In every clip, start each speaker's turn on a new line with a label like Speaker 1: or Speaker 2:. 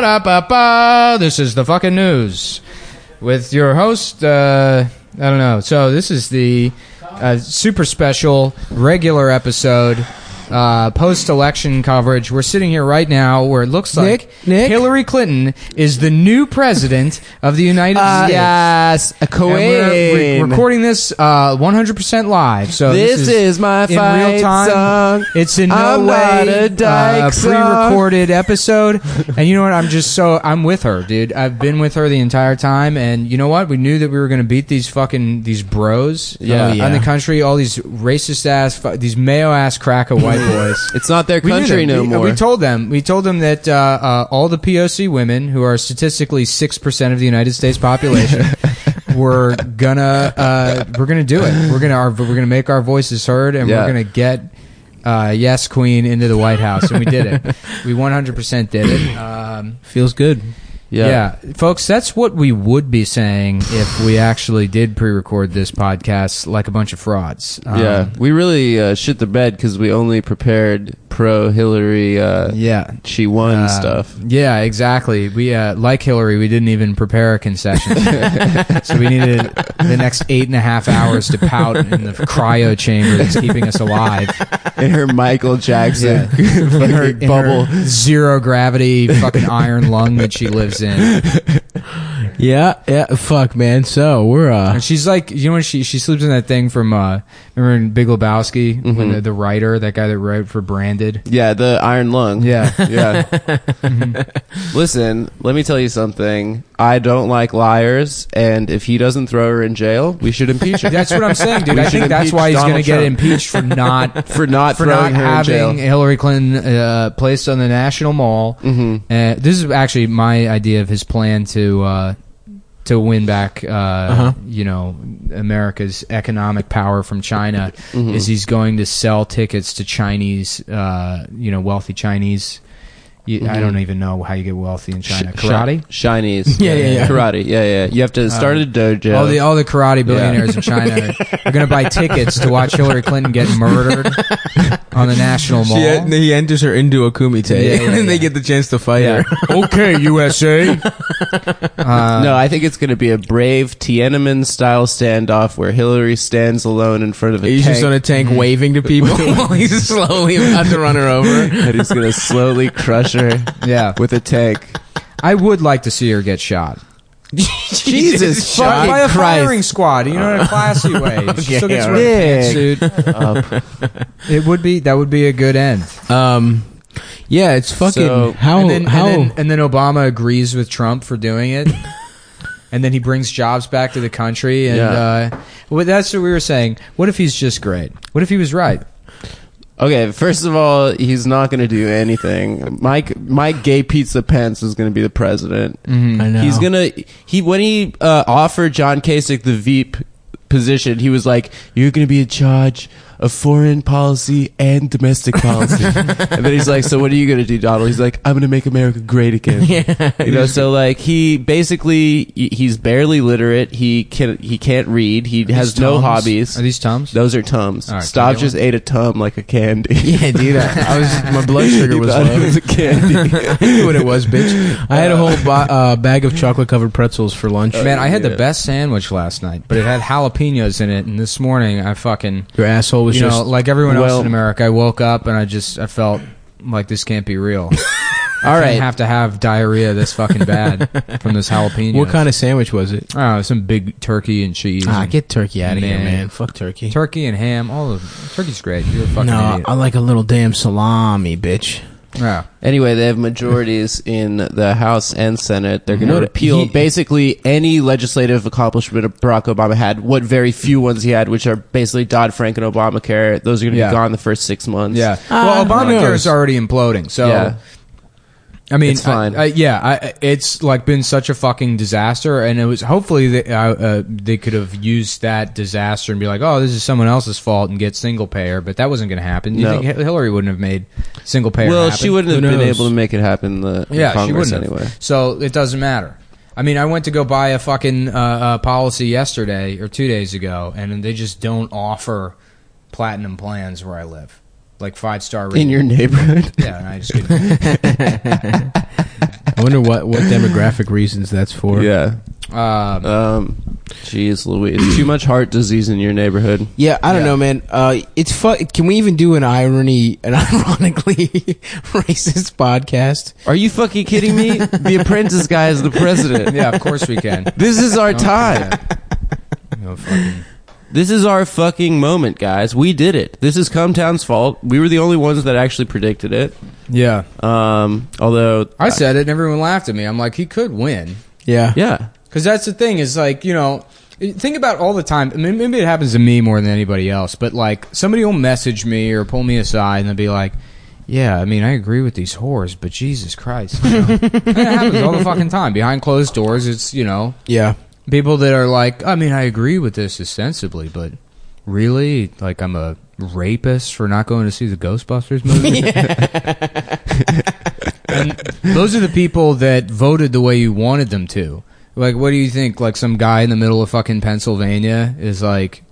Speaker 1: This is the fucking news with your host. Uh, I don't know. So this is the uh, super special regular episode. Uh, post-election coverage. We're sitting here right now where it looks like
Speaker 2: Nick, Nick?
Speaker 1: Hillary Clinton is the new president of the United
Speaker 2: Uh,
Speaker 1: States.
Speaker 2: yes, a
Speaker 1: And we're uh, re-
Speaker 2: Kuwait.
Speaker 1: recording this uh, 100% live. So
Speaker 2: this,
Speaker 1: this
Speaker 2: is, my
Speaker 1: in
Speaker 2: fight
Speaker 1: real time.
Speaker 2: song.
Speaker 1: It's in no
Speaker 2: I'm
Speaker 1: way
Speaker 2: not a dyke
Speaker 1: uh, pre-recorded episode. and you know what? I'm just so I'm with her, dude. I've been with her the entire time. And you know what? We knew that we were going to beat these fucking these bros
Speaker 2: Yeah.
Speaker 1: uh,
Speaker 2: Oh, yeah.
Speaker 1: in the country. All these racist ass, fu- these mayo ass crack of white boys.
Speaker 2: It's not their
Speaker 1: We knew
Speaker 2: country
Speaker 1: them.
Speaker 2: no
Speaker 1: we,
Speaker 2: more.
Speaker 1: We told them. We told them that uh, uh, all the POC women, who are statistically six percent of the United States population, were gonna uh, we're gonna do it. We're gonna our, we're gonna make our voices heard, and
Speaker 2: Yeah.
Speaker 1: we're gonna get uh, yes queen into the White House, and we did it. we one hundred percent did it. Um,
Speaker 3: Feels good.
Speaker 1: yeah. folks, that's what we would be saying if we actually did pre-record this podcast like a bunch of frauds. Um,
Speaker 2: yeah. We really uh, shit the bed because we only prepared pro Hillary. Uh,
Speaker 1: yeah.
Speaker 2: she won
Speaker 1: Uh,
Speaker 2: stuff.
Speaker 1: Yeah, exactly. We uh, like Hillary. We didn't even prepare a concession, so we needed the next eight and a half hours to pout in the cryo chamber that's keeping us alive.
Speaker 2: In her Michael Jackson
Speaker 1: In her-
Speaker 2: fucking
Speaker 1: in
Speaker 2: bubble.
Speaker 1: her zero gravity, fucking iron lung that she lives in,
Speaker 3: Yeah, yeah. Fuck, man. So we're uh,
Speaker 1: and she's like, you know, when she she sleeps in that thing from uh, remember in Big Lebowski when the, the writer, that guy that wrote for Branded.
Speaker 2: Yeah, the iron lung.
Speaker 1: Yeah.
Speaker 2: Yeah. Listen, let me tell you something. I don't like liars, and if he doesn't throw her in jail, we should impeach her.
Speaker 1: That's what I'm saying, dude.
Speaker 2: We
Speaker 1: I
Speaker 2: should
Speaker 1: think that's
Speaker 2: impeach
Speaker 1: why he's
Speaker 2: Donald
Speaker 1: going to get
Speaker 2: Trump.
Speaker 1: impeached for not
Speaker 2: for not
Speaker 1: for
Speaker 2: throwing
Speaker 1: not
Speaker 2: her in
Speaker 1: having
Speaker 2: jail.
Speaker 1: Hillary Clinton uh, placed on the National Mall. Mm-hmm. Uh, this is actually my idea of his plan to uh, to win back, uh,
Speaker 2: Uh-huh.
Speaker 1: you know, America's economic power from China.
Speaker 2: Mm-hmm.
Speaker 1: Is he's going to sell tickets to Chinese, uh, you know, wealthy Chinese. You, I don't even know how you get wealthy in China. Karate.
Speaker 2: Mm-hmm. Sh- Chinese.
Speaker 3: Yeah, yeah, Um, yeah.
Speaker 2: Karate. Yeah, yeah. You have to start a dojo.
Speaker 1: All the all the karate billionaires in China are, going to buy tickets to watch Hillary Clinton get murdered on the National Mall.
Speaker 3: she, he enters her into a kumite,
Speaker 1: Yeah, yeah,
Speaker 3: and they
Speaker 1: yeah.
Speaker 3: get the chance to fight her.
Speaker 1: okay, USA.
Speaker 3: uh,
Speaker 2: no, I think it's going to be a brave Tiananmen style standoff where Hillary stands alone in front of a
Speaker 3: He's
Speaker 2: tank. Mm-hmm.
Speaker 3: just on a tank waving to people while he's slowly about to run her over.
Speaker 2: and he's going to slowly crush her
Speaker 1: Yeah,
Speaker 2: with a tank.
Speaker 1: I would like to see her get shot.
Speaker 3: Jesus
Speaker 1: By,
Speaker 3: fucking
Speaker 1: by a
Speaker 3: Christ.
Speaker 1: firing squad, you know, in a classy way. She still gets
Speaker 3: all
Speaker 1: her pantsuit. It would be that would be a good end.
Speaker 3: Um, yeah, it's fucking
Speaker 2: So-
Speaker 3: how
Speaker 1: and then,
Speaker 3: how
Speaker 1: and then, and then Obama agrees with Trump for doing it, and then he brings jobs back to the country. And
Speaker 2: Yeah.
Speaker 1: uh, well, that's what we were saying. What if he's just great? What if he was right?
Speaker 2: Okay, first of all, he's not going to do anything. Mike Mike Gay Pizza Pence is going to be the president.
Speaker 1: Mm-hmm.
Speaker 3: I know.
Speaker 2: He's gonna he when he uh, offered John Kasich the Veep position, he was like, "You're gonna be in charge of foreign policy and domestic policy." and then he's like, "So what are you gonna do, Donald?" He's like, "I'm gonna make America great again." You know, so like he basically he- he's barely literate. He can he can't read. He has no
Speaker 3: Tums?
Speaker 2: hobbies.
Speaker 1: Are these Tums?
Speaker 2: Those are tums.
Speaker 1: All right,
Speaker 2: Stav
Speaker 1: can I get
Speaker 2: just ate a tum like a candy.
Speaker 3: Yeah, dude. I, I was my blood sugar
Speaker 2: He
Speaker 3: was
Speaker 2: thought it
Speaker 3: low.
Speaker 2: was a candy.
Speaker 3: I knew what it was, bitch. I had a whole bo- uh, bag of chocolate covered pretzels for lunch.
Speaker 2: Oh,
Speaker 1: Man, I had the best sandwich last night, but it had jalapenos in it, and this morning I fucking
Speaker 3: your asshole was
Speaker 1: you know,
Speaker 3: just
Speaker 1: like everyone else
Speaker 2: well-
Speaker 1: in America, I woke up and I just I felt like this can't be real.
Speaker 2: All
Speaker 1: I
Speaker 2: right.
Speaker 1: have to have diarrhea this fucking bad from this jalapeno.
Speaker 3: What kind of sandwich was it?
Speaker 1: Oh, some big turkey and cheese.
Speaker 3: Ah,
Speaker 1: and
Speaker 3: get turkey out of here,
Speaker 1: Man.
Speaker 3: man. Fuck turkey.
Speaker 1: turkey and ham. All of turkey's great. You're a fucking
Speaker 3: no,
Speaker 1: idiot.
Speaker 3: I like a little damn salami, bitch.
Speaker 1: Yeah.
Speaker 2: Anyway, they have majorities in the House and Senate. They're going to
Speaker 3: What-
Speaker 2: repeal
Speaker 3: he-
Speaker 2: basically any legislative accomplishment Barack Obama had. What very few ones he had, which are basically Dodd Frank and Obamacare. Those are going to
Speaker 1: Yeah.
Speaker 2: be gone the first six months.
Speaker 1: Yeah.
Speaker 3: Uh,
Speaker 1: well,
Speaker 3: who
Speaker 1: Obamacare
Speaker 3: knows?
Speaker 1: is already imploding. So,
Speaker 2: Yeah.
Speaker 1: I mean,
Speaker 2: It's fine.
Speaker 1: I- I- yeah, I- I, it's like been such a fucking disaster, and it was hopefully they, uh, uh, they could have used that disaster and be like, oh, this is someone else's fault and get single payer, but that wasn't going to happen. You
Speaker 2: No.
Speaker 1: think Hi- Hillary wouldn't have made single payer?
Speaker 2: Well,
Speaker 1: happen?
Speaker 2: she wouldn't have
Speaker 3: Who
Speaker 2: been
Speaker 3: knows?
Speaker 2: able to make it happen in the in
Speaker 1: Yeah,
Speaker 2: Congress
Speaker 1: she wouldn't
Speaker 2: anyway.
Speaker 1: have. So it doesn't matter. I mean, I went to go buy a fucking uh, uh, policy yesterday or two days ago, and they just don't offer platinum plans where I live, like five star
Speaker 2: In your neighborhood.
Speaker 1: yeah, and I just couldn't.
Speaker 3: I wonder what what demographic reasons that's for.
Speaker 2: yeah.
Speaker 1: Um,
Speaker 2: Um, geez, Louise. Too much heart disease in your neighborhood.
Speaker 4: Yeah, I don't
Speaker 1: Yeah.
Speaker 4: know, man. Uh, it's fu- Can we even do an irony, an ironically racist podcast?
Speaker 2: Are you fucking kidding me? the apprentice guy is the president.
Speaker 1: yeah, of course we can.
Speaker 2: This is
Speaker 1: Oh.
Speaker 2: our time.
Speaker 1: No fucking.
Speaker 2: This is our fucking moment, guys. We did it. This is Cometown's fault. We were the only ones that actually predicted it.
Speaker 1: Yeah,
Speaker 2: Um, although,
Speaker 1: I said it, and everyone laughed at me. I'm like, he could win,
Speaker 4: Yeah.
Speaker 2: yeah,
Speaker 1: because that's the thing. Is like, you know, think about all the time. I mean, maybe it happens to me more than anybody else, but like, somebody will message me or pull me aside and they'll be like. Yeah, I mean, I agree with these whores, but Jesus Christ, you know? it happens all the fucking time. Behind closed doors, it's you know
Speaker 4: Yeah.
Speaker 1: people that are like, I mean, I agree with this ostensibly, but really, like, I'm a rapist for not going to see the Ghostbusters movie. and those are the people that voted the way you wanted them to. Like, what do you think? Like, some guy in the middle of fucking Pennsylvania is like.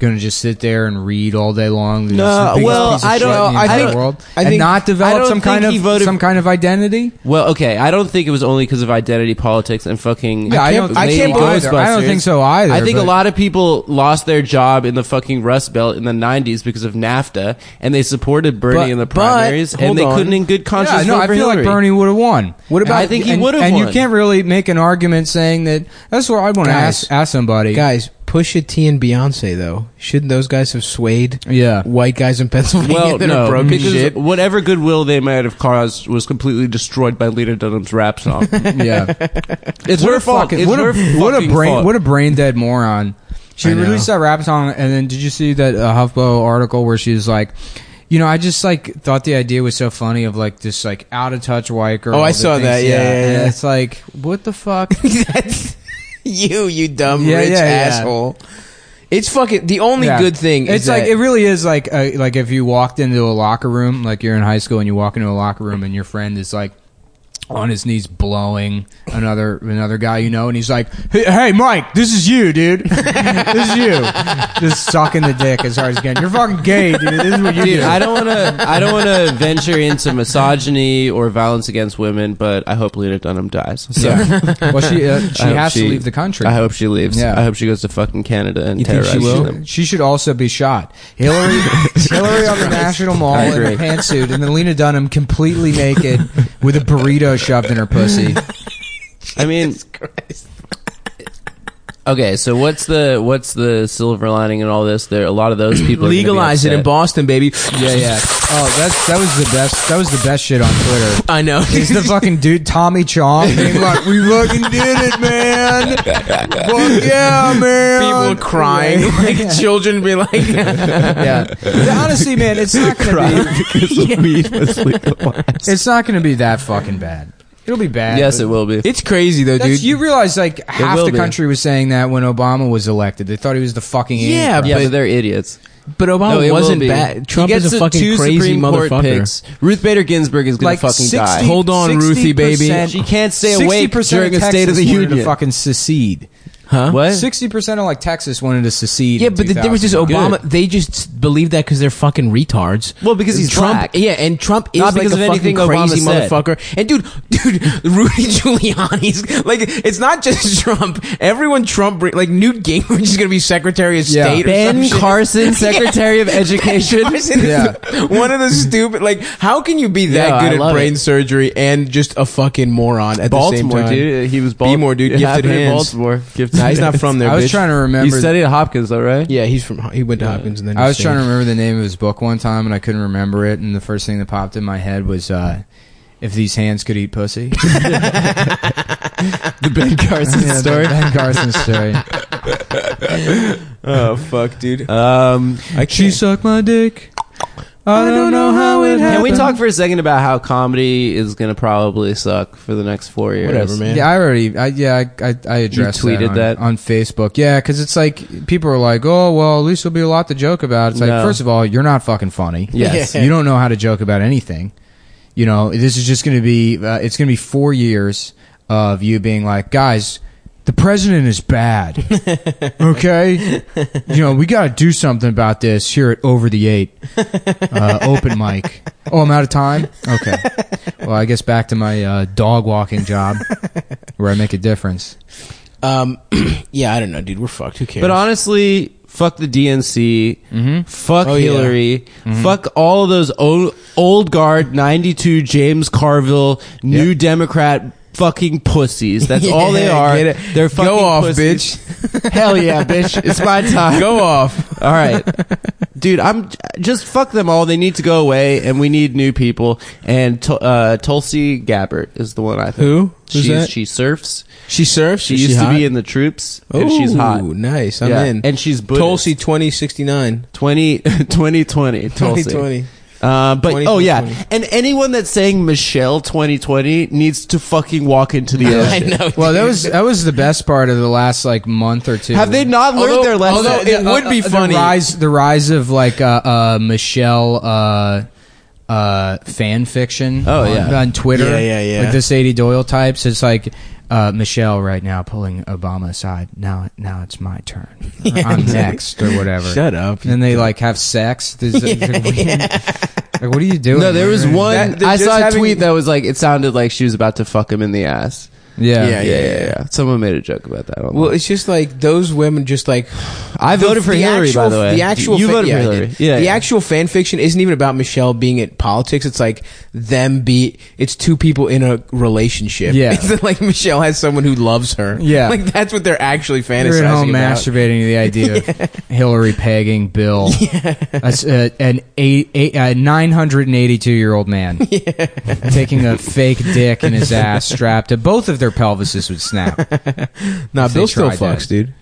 Speaker 1: Gonna just sit there and read all day long. He's
Speaker 2: No,
Speaker 1: the biggest
Speaker 2: well,
Speaker 1: piece of
Speaker 2: I
Speaker 1: shit in
Speaker 2: don't-
Speaker 1: the
Speaker 2: I
Speaker 1: entire
Speaker 2: think-
Speaker 1: world,
Speaker 4: I
Speaker 1: and
Speaker 4: think-
Speaker 1: not
Speaker 2: I
Speaker 1: develop
Speaker 2: don't
Speaker 1: some kind
Speaker 2: think he
Speaker 1: of
Speaker 2: voted-
Speaker 1: some kind of identity.
Speaker 2: Well, okay. I don't think it was only because of identity politics and fucking.
Speaker 1: Yeah, I don't- I
Speaker 2: Lady
Speaker 1: can't believe either. I don't
Speaker 2: Ghostbusters.
Speaker 1: think so either,
Speaker 2: I think a
Speaker 1: but-
Speaker 2: lot of people lost their job in the fucking Rust Belt in the '90s because of NAFTA, and they supported Bernie
Speaker 4: But-
Speaker 2: in the
Speaker 4: but,
Speaker 2: primaries, and
Speaker 4: hold
Speaker 2: they
Speaker 4: on.
Speaker 2: couldn't, in good conscience,
Speaker 1: Yeah, no,
Speaker 2: vote
Speaker 1: I
Speaker 2: for
Speaker 1: feel
Speaker 2: Hillary.
Speaker 1: like Bernie would have won. What
Speaker 2: about- I think he
Speaker 1: and-
Speaker 2: would've
Speaker 1: And you
Speaker 2: won.
Speaker 1: can't really make an argument saying that. That's what I want to
Speaker 4: Guys.
Speaker 1: ask ask somebody.
Speaker 4: Guys, Pusha T and Beyonce though, shouldn't those guys have swayed
Speaker 1: Yeah.
Speaker 4: white guys in Pennsylvania
Speaker 2: Well,
Speaker 4: that
Speaker 2: no,
Speaker 4: are broken
Speaker 2: because
Speaker 4: shit?
Speaker 2: whatever goodwill they might have caused was completely destroyed by Lena Dunham's rap song.
Speaker 1: Yeah,
Speaker 2: it's
Speaker 1: what
Speaker 2: her
Speaker 1: a
Speaker 2: fault.
Speaker 1: fucking-
Speaker 2: It's
Speaker 1: what a
Speaker 2: her
Speaker 1: what a
Speaker 2: fucking
Speaker 1: brain
Speaker 2: fault.
Speaker 1: what a brain dead moron. She
Speaker 4: I know.
Speaker 1: released that rap song, and then did you see that uh, HuffPo article where she's like. You know, I just like thought the idea was so funny of like this like out of touch white girl.
Speaker 4: Oh, I
Speaker 1: that
Speaker 4: saw that. Yeah, yeah,
Speaker 1: and
Speaker 4: yeah.
Speaker 1: it's like what the fuck.
Speaker 4: That's you, you dumb
Speaker 1: Yeah,
Speaker 4: rich
Speaker 1: yeah, yeah.
Speaker 4: asshole. It's fucking the only
Speaker 1: Yeah.
Speaker 4: good thing.
Speaker 1: It's
Speaker 4: is
Speaker 1: like
Speaker 4: that-
Speaker 1: it really is like uh, like if you walked into a locker room, like you're in high school and you walk into a locker room and your friend is like on his knees blowing another another guy you know and he's like hey, hey mike this is you dude this is you just sucking the dick as hard as you can you're fucking gay dude this is what you
Speaker 2: Dude,
Speaker 1: do
Speaker 2: I don't want to. I don't want to venture into misogyny or violence against women, but I hope Lena Dunham dies. So
Speaker 1: yeah. well she uh, she
Speaker 2: I hope
Speaker 1: has to leave the country
Speaker 2: I hope she leaves.
Speaker 1: Yeah.
Speaker 2: I hope she goes to fucking Canada and
Speaker 1: You think
Speaker 2: terrorizes
Speaker 1: she will?
Speaker 2: them.
Speaker 1: She should also be shot. Hillary, Hillary on the National Mall
Speaker 2: I
Speaker 1: in a
Speaker 2: agree.
Speaker 1: pantsuit, and then Lena Dunham completely naked with a burrito shoved in her pussy.
Speaker 2: I mean, okay. So what's the what's the silver lining in all this? There, a lot of those people are gonna be
Speaker 4: legalize it in
Speaker 2: upset.
Speaker 4: Boston, baby.
Speaker 1: Yeah, yeah. Oh, that's that was the best. That was the best shit on Twitter.
Speaker 4: I know.
Speaker 1: Is the fucking dude Tommy Chong being like, "We fucking did it, man! Fuck yeah, man!"
Speaker 4: People crying, like children be like,
Speaker 1: Yeah. Yeah, Honestly, man, it's not gonna be. It's not gonna be that fucking bad. It'll be bad.
Speaker 2: Yes,
Speaker 1: but-
Speaker 2: it will be.
Speaker 4: it's crazy though,
Speaker 1: That's-
Speaker 4: dude.
Speaker 1: you realize like half
Speaker 2: will
Speaker 1: the
Speaker 2: be.
Speaker 1: country was saying that when Obama was elected, they thought he was the fucking
Speaker 4: Yeah,
Speaker 1: Antichrist.
Speaker 2: yeah, but they're idiots.
Speaker 4: but
Speaker 2: No,
Speaker 4: Obama
Speaker 2: Oh, it will
Speaker 4: wasn't
Speaker 2: be.
Speaker 4: bad. Trump
Speaker 2: he gets
Speaker 4: is a
Speaker 2: the
Speaker 4: fucking
Speaker 2: two
Speaker 4: crazy
Speaker 2: Supreme Court
Speaker 4: motherfucker.
Speaker 2: Picks. Ruth Bader Ginsburg is gonna
Speaker 1: Like
Speaker 2: fucking
Speaker 1: 60,
Speaker 2: die.
Speaker 4: Hold on,
Speaker 1: 60%
Speaker 4: Ruthie, baby.
Speaker 2: She can't stay
Speaker 1: 60%
Speaker 2: awake
Speaker 1: of
Speaker 2: during a
Speaker 1: Texas
Speaker 2: State of the
Speaker 1: wanted to
Speaker 2: Union.
Speaker 1: fucking secede.
Speaker 4: Huh?
Speaker 2: What?
Speaker 1: Sixty percent of like Texas wanted to secede.
Speaker 4: Yeah,
Speaker 1: in
Speaker 4: but the difference is
Speaker 1: 2000.
Speaker 4: Obama. They just believe that because they're fucking retards.
Speaker 2: Well, because he's
Speaker 4: Trump.
Speaker 2: black.
Speaker 4: Yeah, and Trump is
Speaker 2: Not
Speaker 4: like
Speaker 2: because
Speaker 4: a
Speaker 2: of
Speaker 4: fucking
Speaker 2: anything Obama
Speaker 4: crazy
Speaker 2: said.
Speaker 4: motherfucker. And dude, dude, Rudy Giuliani's like it's not just Trump. Everyone Trump bring- like Newt Gingrich is going to be Secretary of
Speaker 1: Yeah.
Speaker 4: State. or some
Speaker 2: Ben
Speaker 4: shit.
Speaker 2: Carson, Secretary of Education.
Speaker 4: Carson is
Speaker 1: Yeah.
Speaker 4: the- one of the stupid. Like, how can you be that
Speaker 2: Yeah, I
Speaker 4: good at
Speaker 2: love
Speaker 4: brain
Speaker 2: it.
Speaker 4: surgery and just a fucking moron at the same
Speaker 2: Baltimore,
Speaker 4: time?
Speaker 2: dude. He was
Speaker 4: Be
Speaker 2: Baltimore,
Speaker 4: more, dude. Gifted hands.
Speaker 2: Baltimore, gifted
Speaker 4: Nah, he's not from there.
Speaker 1: I was
Speaker 4: bitch.
Speaker 1: trying to remember.
Speaker 2: You studied at Hopkins, though, right?
Speaker 4: Yeah, he's from. He went to Hopkins and then.
Speaker 1: I was trying to remember the name of his book one time, and I couldn't remember it. And the first thing that popped in my head was, uh, "If these hands could eat pussy."
Speaker 2: The Ben Carson
Speaker 1: Yeah, the
Speaker 2: story.
Speaker 1: Ben Carson story.
Speaker 4: Oh fuck, dude.
Speaker 2: Um,
Speaker 4: I
Speaker 1: She
Speaker 4: can't.
Speaker 1: sucked my dick. I don't know how it happened.
Speaker 2: can we talk for a second about how comedy is going to probably suck for the next four years?
Speaker 4: Whatever, man.
Speaker 1: Yeah, I already. I, yeah, I, I, I addressed
Speaker 2: tweeted
Speaker 1: on,
Speaker 2: that?
Speaker 1: on Facebook. Yeah, because it's like people are like, "Oh, well, at least there'll be a lot to joke about." It's like,
Speaker 2: No.
Speaker 1: first of all, you're not fucking funny.
Speaker 2: Yes.
Speaker 1: you don't know how to joke about anything. You know, this is just going to be. Uh, it's going to be four years of you being like, guys. The president is bad. Okay, you know we got to do something about this here at Over the Eight uh, open mic. Oh, I'm out of time. Okay, well I guess back to my uh, dog walking job where I make a difference.
Speaker 4: Um, yeah, I don't know, dude. We're fucked. Who cares?
Speaker 2: But honestly, fuck the DNC. Fuck
Speaker 4: Oh, yeah.
Speaker 2: Hillary. Fuck all those old, old guard 92 James Carville, new Democrat fucking pussies. That's all they
Speaker 4: Yeah,
Speaker 2: are.
Speaker 4: get it.
Speaker 2: They're fucking
Speaker 4: go off,
Speaker 2: pussies.
Speaker 4: bitch.
Speaker 2: Hell yeah, bitch. It's my time.
Speaker 4: Go off.
Speaker 2: All right. Dude, I'm just fuck them all. They need to go away, and we need new people. And to, uh, Tulsi Gabbard is the one I think.
Speaker 3: Who? Who's
Speaker 2: She's,
Speaker 3: that?
Speaker 2: She surfs.
Speaker 3: She surfs.
Speaker 2: She used to be in the troops, and she's hot.
Speaker 3: Nice. I'm
Speaker 2: Yeah.
Speaker 3: in.
Speaker 2: And she's Buddhist.
Speaker 3: Tulsi 2069.
Speaker 2: 20, 2020 Tulsi.
Speaker 3: 2020.
Speaker 2: Uh, but
Speaker 3: 20,
Speaker 2: oh yeah,
Speaker 3: 2020.
Speaker 2: and anyone that's saying Michelle 2020 needs to fucking walk into the
Speaker 4: I
Speaker 2: ocean.
Speaker 4: know.
Speaker 1: Well, that was that was the best part of the last like month or two.
Speaker 2: Have they not learned
Speaker 4: Although-
Speaker 2: their lesson?
Speaker 4: although it would be
Speaker 1: uh, the
Speaker 4: funny.
Speaker 1: rise the rise of like uh, uh, Michelle uh, uh, fan fiction.
Speaker 2: Oh,
Speaker 1: on,
Speaker 2: yeah.
Speaker 1: on Twitter.
Speaker 4: Yeah, yeah, yeah.
Speaker 1: Like the Sadie Doyle types. It's like. Uh, Michelle right now pulling Obama aside. Now, now it's my turn. Or I'm next or whatever.
Speaker 3: Shut up.
Speaker 1: And then they like have sex. There's- like, what are you- like, what are you doing?
Speaker 2: no, there was
Speaker 1: Right.
Speaker 2: one.
Speaker 4: That- they're
Speaker 2: I
Speaker 4: just
Speaker 2: saw a
Speaker 4: having-
Speaker 2: tweet that was like, it sounded like she was about to fuck him in the ass.
Speaker 1: Yeah.
Speaker 4: Yeah,
Speaker 2: yeah, yeah, yeah. Someone made a joke about that. online.
Speaker 3: Well, it's just like those women just like
Speaker 2: I voted for Hillary,
Speaker 4: actual,
Speaker 2: by the way.
Speaker 4: The actual
Speaker 2: you
Speaker 4: fa-
Speaker 2: voted
Speaker 4: yeah,
Speaker 2: for
Speaker 4: I
Speaker 2: Hillary.
Speaker 4: did.
Speaker 2: Yeah,
Speaker 4: the
Speaker 2: yeah.
Speaker 4: actual fan fiction isn't even about Michelle being at politics. It's like them be. It's two people in a relationship.
Speaker 1: Yeah.
Speaker 4: It's like Michelle has someone who loves her.
Speaker 1: Yeah.
Speaker 4: like that's what they're actually fantasizing
Speaker 1: You're at home
Speaker 4: about.
Speaker 1: masturbating to the idea of Hillary pegging Bill, That's, uh, an eight, eight, uh, 982 year old man taking a fake dick in his ass, strapped to both of their pelvises would snap.
Speaker 4: Nah,
Speaker 1: They
Speaker 4: Bill still
Speaker 1: tried that.
Speaker 4: fucks, dude.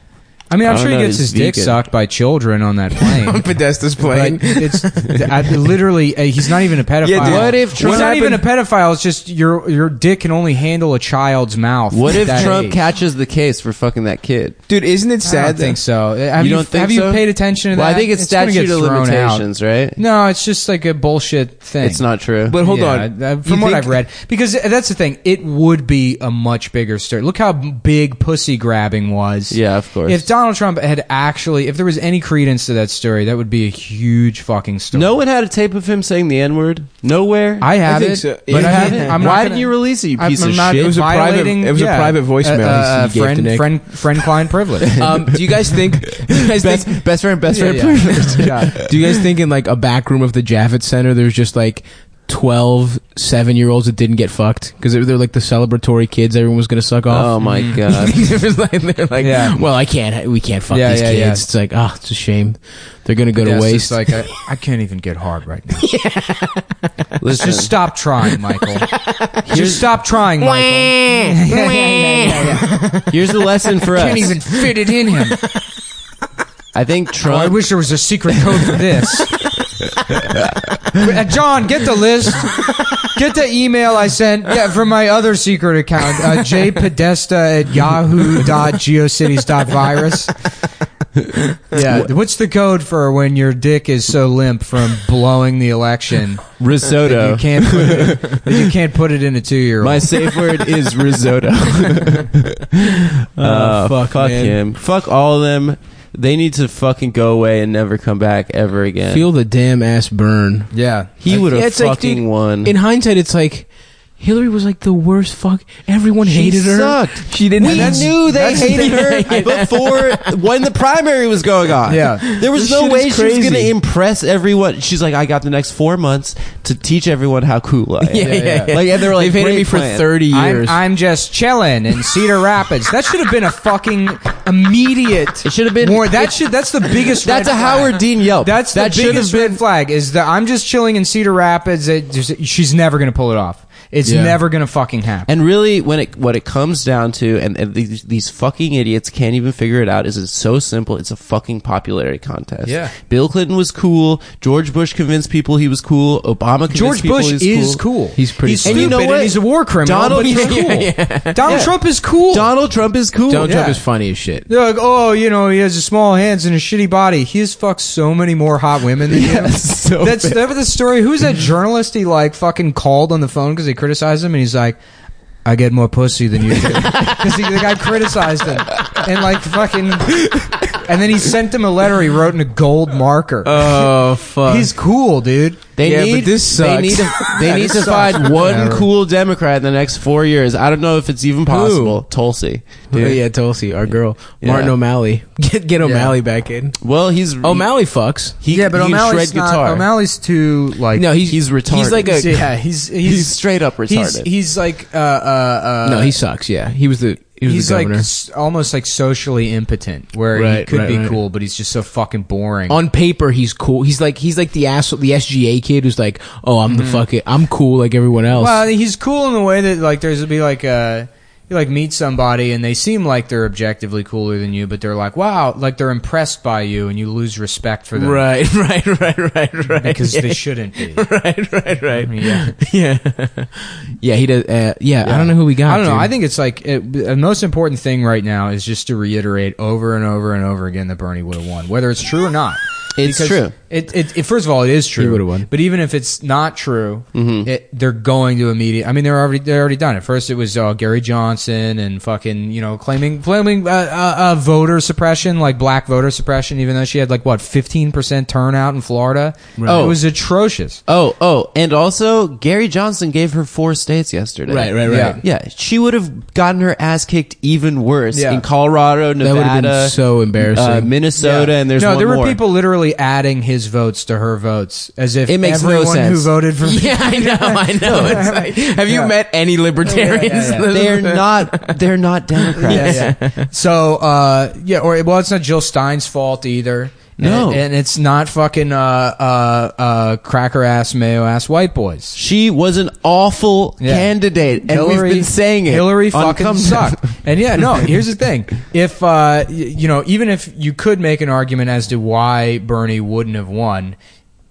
Speaker 1: I mean, I'm
Speaker 2: I
Speaker 1: sure he
Speaker 2: don't know,
Speaker 1: gets his
Speaker 2: he's
Speaker 1: dick
Speaker 2: vegan.
Speaker 1: sucked by children on that plane.
Speaker 4: Podesta's
Speaker 1: But
Speaker 4: playing.
Speaker 1: it's I, literally uh, he's not even a pedophile.
Speaker 4: dude,
Speaker 2: what if Trump-
Speaker 1: he's not even a pedophile? It's just your your dick can only handle a child's mouth.
Speaker 2: What
Speaker 1: at
Speaker 2: if
Speaker 1: that
Speaker 2: Trump
Speaker 1: age.
Speaker 2: catches the case for fucking that kid?
Speaker 4: Dude, isn't it
Speaker 1: I
Speaker 4: sad?
Speaker 1: don't think
Speaker 4: that-
Speaker 1: so. Uh, Have
Speaker 2: you
Speaker 1: you,
Speaker 2: don't think
Speaker 1: have you
Speaker 2: so?
Speaker 1: paid attention to
Speaker 2: Well,
Speaker 1: that?
Speaker 2: I think it's,
Speaker 1: gonna get
Speaker 2: statute of
Speaker 1: thrown out.
Speaker 2: limitations, right?
Speaker 1: No, it's just like a bullshit thing.
Speaker 2: It's not true.
Speaker 4: But hold
Speaker 1: Yeah,
Speaker 4: on.
Speaker 1: uh,
Speaker 4: You
Speaker 1: from what
Speaker 4: think-
Speaker 1: I've read, because that's the thing, it would be a much bigger story. Look how big pussy grabbing was.
Speaker 2: Yeah, of course.
Speaker 1: If Donald Trump had actually, if there was any credence to that story, that would be a huge fucking story.
Speaker 2: no one had a tape of him saying the N word. Nowhere.
Speaker 1: I have
Speaker 4: think
Speaker 1: it,
Speaker 4: so.
Speaker 1: but
Speaker 4: You
Speaker 1: I
Speaker 4: have it?
Speaker 1: am not
Speaker 2: Why
Speaker 1: gonna-
Speaker 2: didn't you release it, you
Speaker 1: I'm-
Speaker 2: piece
Speaker 1: I'm
Speaker 2: of
Speaker 1: not
Speaker 2: shit?
Speaker 4: It was a private-
Speaker 1: violating-
Speaker 4: it was a
Speaker 1: yeah.
Speaker 4: private voicemail
Speaker 1: Uh, uh,
Speaker 4: he gave to
Speaker 1: friend,
Speaker 4: Nick.
Speaker 1: friend, friend, client privilege.
Speaker 4: Um, do you guys think? Do you guys think?
Speaker 2: Best, best friend, best
Speaker 1: Yeah,
Speaker 2: friend.
Speaker 1: yeah.
Speaker 4: Yeah.
Speaker 3: Do you guys think in like a back room of the Javits Center, there's just like 12 seven year olds that didn't get fucked because they're, they're like the celebratory kids everyone was gonna suck
Speaker 2: Oh
Speaker 3: off?
Speaker 2: my
Speaker 1: Mm.
Speaker 2: god.
Speaker 3: it was like, they're like,
Speaker 1: Yeah.
Speaker 3: well, I can't, we can't fuck
Speaker 1: Yeah,
Speaker 3: these
Speaker 1: yeah,
Speaker 3: kids.
Speaker 1: yeah.
Speaker 3: It's like, oh, it's a shame. They're gonna go
Speaker 1: Yeah,
Speaker 3: to
Speaker 1: it's
Speaker 3: waste.
Speaker 1: just like I, I can't even get hard right now.
Speaker 2: Listen,
Speaker 1: Just stop trying, Michael. Just stop trying, Michael.
Speaker 2: here's the lesson for us.
Speaker 1: Can't even fit it in him.
Speaker 2: I think
Speaker 1: Oh, I
Speaker 2: Trump.
Speaker 1: wish there was a secret code for this. Uh, John, get the list. Get the email I sent yeah, from my other secret account, uh, jpodesta at yahoo.geocities.virus. Yeah, what's the code for when your dick is so limp from blowing the election that
Speaker 2: risotto.
Speaker 1: you can't put it, that you can't put it in a two year
Speaker 2: Oh. My
Speaker 1: old?
Speaker 2: safe word is risotto.
Speaker 1: Oh,
Speaker 2: Uh,
Speaker 3: fuck, man.
Speaker 2: him. Fuck all of them. They need to fucking go away and never come back ever again.
Speaker 3: Feel the damn ass burn.
Speaker 1: Yeah,
Speaker 2: he would have
Speaker 3: Yeah, it's
Speaker 2: fucking
Speaker 3: like, dude,
Speaker 2: won.
Speaker 3: In hindsight, it's like
Speaker 4: Hillary was like the worst fuck. Everyone
Speaker 2: She
Speaker 4: hated her.
Speaker 2: sucked.
Speaker 4: She didn't.
Speaker 2: We knew they hated her before when the primary was going on.
Speaker 3: Yeah.
Speaker 2: There was
Speaker 4: This
Speaker 2: no
Speaker 4: shit
Speaker 2: way
Speaker 4: is
Speaker 2: she was
Speaker 4: crazy.
Speaker 2: going to impress everyone. She's like, I got the next four months to teach everyone how cool I am.
Speaker 4: Yeah, yeah, yeah.
Speaker 2: Like, and they were like,
Speaker 3: They've hated
Speaker 2: "Great
Speaker 3: me for
Speaker 2: plan."
Speaker 3: thirty
Speaker 1: I'm,
Speaker 3: years.
Speaker 1: I'm just chilling in Cedar Rapids. That should have been a fucking immediate.
Speaker 2: It should have been-
Speaker 1: more. That should. That's the biggest.
Speaker 2: That's
Speaker 1: red
Speaker 2: a
Speaker 1: flag.
Speaker 2: Howard Dean Yelp.
Speaker 1: That's
Speaker 2: That
Speaker 1: the
Speaker 2: should have
Speaker 1: biggest red flag. Is that I'm just chilling in Cedar Rapids. It just, she's never gonna pull it off. It's
Speaker 3: Yeah.
Speaker 1: never gonna fucking happen.
Speaker 2: And really, when it what it comes down to, and, and these, these fucking idiots can't even figure it out, is it's so simple. It's a fucking popularity contest.
Speaker 3: Yeah.
Speaker 2: Bill Clinton was cool. George Bush convinced people he was cool. Obama convinced
Speaker 1: George
Speaker 2: people
Speaker 1: Bush
Speaker 2: he was
Speaker 1: is
Speaker 2: cool.
Speaker 1: cool.
Speaker 3: He's pretty
Speaker 1: He's stupid.
Speaker 3: cool.
Speaker 1: And, you know what? he's a war criminal.
Speaker 2: Donald
Speaker 1: but he's
Speaker 2: Trump-
Speaker 1: cool.
Speaker 2: Yeah,
Speaker 1: Donald
Speaker 2: Yeah.
Speaker 1: Trump is cool.
Speaker 2: Donald Trump is cool.
Speaker 3: Donald Trump
Speaker 1: Yeah.
Speaker 3: is funny as shit.
Speaker 1: They're like, oh, you know, he has a small hands and a shitty body. He has fucked so many more hot women than you.
Speaker 2: so
Speaker 1: That's remember the story. Who's that journalist? He like fucking called on the phone because they criticized him, and he's like, "I get more pussy than you do." Because the guy criticized him, and like fucking, and then he sent him a letter. He wrote in a gold marker.
Speaker 3: Oh fuck.
Speaker 1: He's cool, dude.
Speaker 2: Uh, They
Speaker 3: Yeah,
Speaker 2: need
Speaker 3: but this
Speaker 2: They
Speaker 3: sucks.
Speaker 2: need to, they
Speaker 1: Yeah,
Speaker 2: need
Speaker 1: this
Speaker 2: to
Speaker 1: sucks.
Speaker 2: find one
Speaker 1: Whatever.
Speaker 2: cool Democrat in the next four years. I don't know if it's even possible. Tulsi.
Speaker 3: Oh, yeah, Tulsi, our girl,
Speaker 2: Yeah.
Speaker 3: Martin O'Malley. Get get O'Malley back in.
Speaker 2: Well, he's
Speaker 3: O'Malley fucks.
Speaker 2: He, yeah, but he can shred guitar.
Speaker 1: O'malley's too like.
Speaker 3: no, he's
Speaker 2: he's retarded.
Speaker 3: He's like a
Speaker 1: yeah, he's he's,
Speaker 2: He's straight up
Speaker 1: he's,
Speaker 2: retarded.
Speaker 1: he's like uh uh uh.
Speaker 3: no, he sucks. Yeah, he was the he was
Speaker 1: he's
Speaker 3: the
Speaker 1: like
Speaker 3: governor.
Speaker 1: s- almost like socially impotent, where he
Speaker 3: Right,
Speaker 1: could
Speaker 3: right,
Speaker 1: be
Speaker 3: right.
Speaker 1: cool, but he's just so fucking boring.
Speaker 3: on paper, he's cool. He's like he's like the asshole, the SGA kid who's like, oh, I'm the fucking, I'm cool like everyone else.
Speaker 1: Well, he's cool in the way that like there's be like uh you like meet somebody and they seem like they're objectively cooler than you, but they're like wow, like they're impressed by you, and you lose respect for them
Speaker 3: right, right, right, right, right.
Speaker 1: because
Speaker 3: yeah,
Speaker 1: they shouldn't be.
Speaker 3: right, right, right.
Speaker 1: Yeah.
Speaker 3: Yeah, yeah. He does. Uh, yeah, I don't know who we got.
Speaker 1: I don't know.
Speaker 3: dude.
Speaker 1: I think it's like it, the most important thing right now is just to reiterate over and over and over again that Bernie would have won, whether it's true or not.
Speaker 2: It's
Speaker 1: Because
Speaker 2: true.
Speaker 1: It, it, it first of all, it is true.
Speaker 3: would've won.
Speaker 1: But even if it's not true, it, they're going to immediate. I mean, they're already they're already done. At first, it was uh, Gary Johnson and fucking you know claiming claiming uh, uh, uh, voter suppression, like black voter suppression, even though she had like what fifteen percent turnout in Florida.
Speaker 2: Oh.
Speaker 1: it was atrocious.
Speaker 2: Oh, oh, and also Gary Johnson gave her four states yesterday.
Speaker 3: Right, right, right.
Speaker 1: Yeah.
Speaker 2: Yeah, she would have gotten her ass kicked even worse
Speaker 1: Yeah.
Speaker 2: in Colorado,
Speaker 3: that
Speaker 2: Nevada,
Speaker 3: would have been so embarrassing.
Speaker 2: uh, Minnesota,
Speaker 1: Yeah.
Speaker 2: and there's
Speaker 1: no.
Speaker 2: one
Speaker 1: there were
Speaker 2: more.
Speaker 1: people literally adding his votes to her votes, as if
Speaker 2: It makes no
Speaker 1: everyone who
Speaker 2: sense.
Speaker 1: voted for me.
Speaker 4: Yeah, I know, I know. It's like, have you
Speaker 1: Yeah.
Speaker 4: met any libertarians?
Speaker 1: Yeah, yeah,
Speaker 2: They're not. They're not Democrats.
Speaker 1: Yeah, yeah. So uh, yeah, or well, it's not Jill Stein's fault either.
Speaker 2: No.
Speaker 1: and, and it's not fucking uh, uh, uh, cracker ass mayo ass white boys.
Speaker 2: She was an awful
Speaker 1: Yeah.
Speaker 2: candidate, and we've been saying it.
Speaker 1: Hillary
Speaker 2: on
Speaker 1: fucking
Speaker 2: Come-
Speaker 1: sucked. and yeah, no. Here's the thing: if uh, y- you know, even if you could make an argument as to why Bernie wouldn't have won.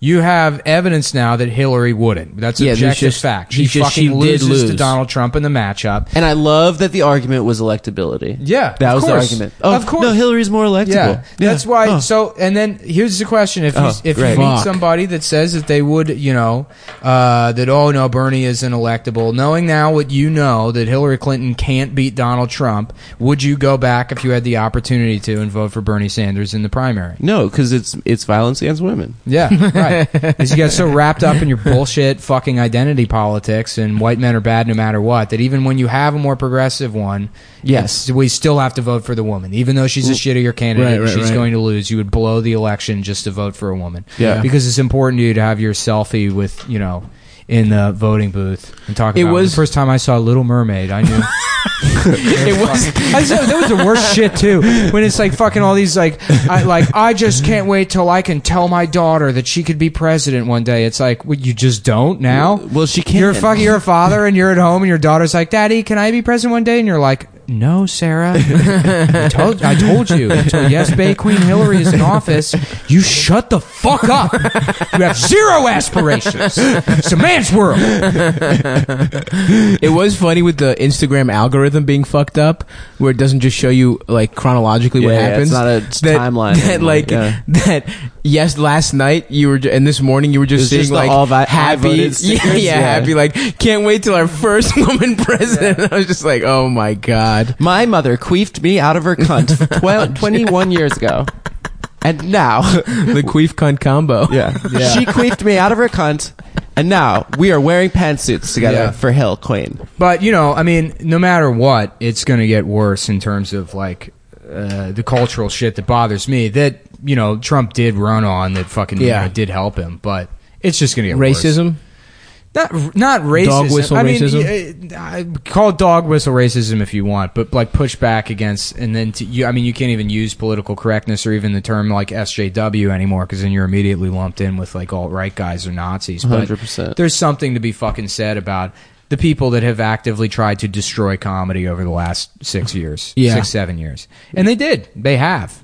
Speaker 1: You have evidence now that Hillary wouldn't. That's
Speaker 3: Yeah, there's
Speaker 1: objective
Speaker 3: just-
Speaker 1: fact. She
Speaker 3: she just-
Speaker 1: fucking
Speaker 3: she did
Speaker 1: loses to
Speaker 3: lose.
Speaker 1: Donald Trump in the matchup.
Speaker 2: And I love that the argument was electability.
Speaker 1: Yeah,
Speaker 2: that
Speaker 1: of
Speaker 2: was
Speaker 1: course.
Speaker 2: the argument. Oh,
Speaker 1: Of course.
Speaker 2: no, Hillary's more electable.
Speaker 1: Yeah, that's why.
Speaker 2: Oh.
Speaker 1: So, and then here's the question: If you,
Speaker 2: Oh,
Speaker 1: if you
Speaker 2: great.
Speaker 1: meet
Speaker 3: Fuck.
Speaker 1: somebody that says that they would, you know, uh, that oh no, Bernie is inelectable, knowing now what you know that Hillary Clinton can't beat Donald Trump, would you go back if you had the opportunity to and vote for Bernie Sanders in the primary?
Speaker 2: No, because it's it's violence against women.
Speaker 1: Yeah, right. Because you got so wrapped up in your bullshit fucking identity politics and white men are bad no matter what that even when you have a more progressive one,
Speaker 2: Yes.
Speaker 1: it's- we still have to vote for the woman, even though she's a shittier candidate.
Speaker 3: Right,
Speaker 1: and
Speaker 3: right,
Speaker 1: she's
Speaker 3: right.
Speaker 1: going to lose. You would blow the election just to vote for a woman.
Speaker 2: Yeah.
Speaker 1: because it's important to you to have your selfie with you know. In the voting booth and talk
Speaker 3: It
Speaker 1: about
Speaker 3: was-
Speaker 1: the first time I saw Little Mermaid. I knew it was. I said, that was the worst shit too. When it's like fucking all these like, I, like I just can't wait till I can tell my daughter that she could be president one day. It's like what, you just don't now.
Speaker 2: Well, she can't.
Speaker 1: You're fucking. You're a father, and you're at home, and your daughter's like, "Daddy, can I be president one day?" And you're like. No, Sarah. I told, I told you. Until yes, Bay Queen Hillary is in office, you shut the fuck up. You have zero aspirations. It's a man's world.
Speaker 3: It was funny with the Instagram algorithm being fucked up, where it doesn't just show you like chronologically what
Speaker 2: Yeah, yeah, it's
Speaker 3: happens.
Speaker 2: not a s- timeline
Speaker 3: That
Speaker 2: anymore,
Speaker 3: like
Speaker 2: yeah.
Speaker 3: that. Yes, last night you were, j- and this morning you were
Speaker 2: It was
Speaker 3: just seeing
Speaker 2: just the
Speaker 3: like
Speaker 2: all vi- I
Speaker 3: happy,
Speaker 2: voted
Speaker 3: yeah, yeah,
Speaker 2: stickers, yeah.
Speaker 3: happy. Like can't wait till our first woman president. I was just like, oh my god.
Speaker 2: My mother queefed me out of her cunt twel- 21 years ago. And now,
Speaker 3: The queef cunt combo.
Speaker 2: yeah. she queefed me out of her cunt And now we are wearing pantsuits together
Speaker 1: Yeah.
Speaker 2: for Hill Queen.
Speaker 1: But you know, I mean, no matter what, it's going to get worse in terms of like uh, the cultural shit that bothers me. That you know, Trump did run on that fucking you
Speaker 3: Yeah.
Speaker 1: know, did help him, but it's just going to get worse.
Speaker 3: Racism.
Speaker 1: Not not racism.
Speaker 3: Dog whistle
Speaker 1: I mean,
Speaker 3: racism?
Speaker 1: y- uh, I- call it dog whistle racism if you want, but like push back against and then to, you. I mean, you can't even use political correctness or even the term like SJW anymore because then you're immediately lumped in with like alt right guys or Nazis. But
Speaker 2: 100%.
Speaker 1: There's something to be fucking said about the people that have actively tried to destroy comedy over the last six years,
Speaker 3: Yeah.
Speaker 1: six seven years, and they did. They have.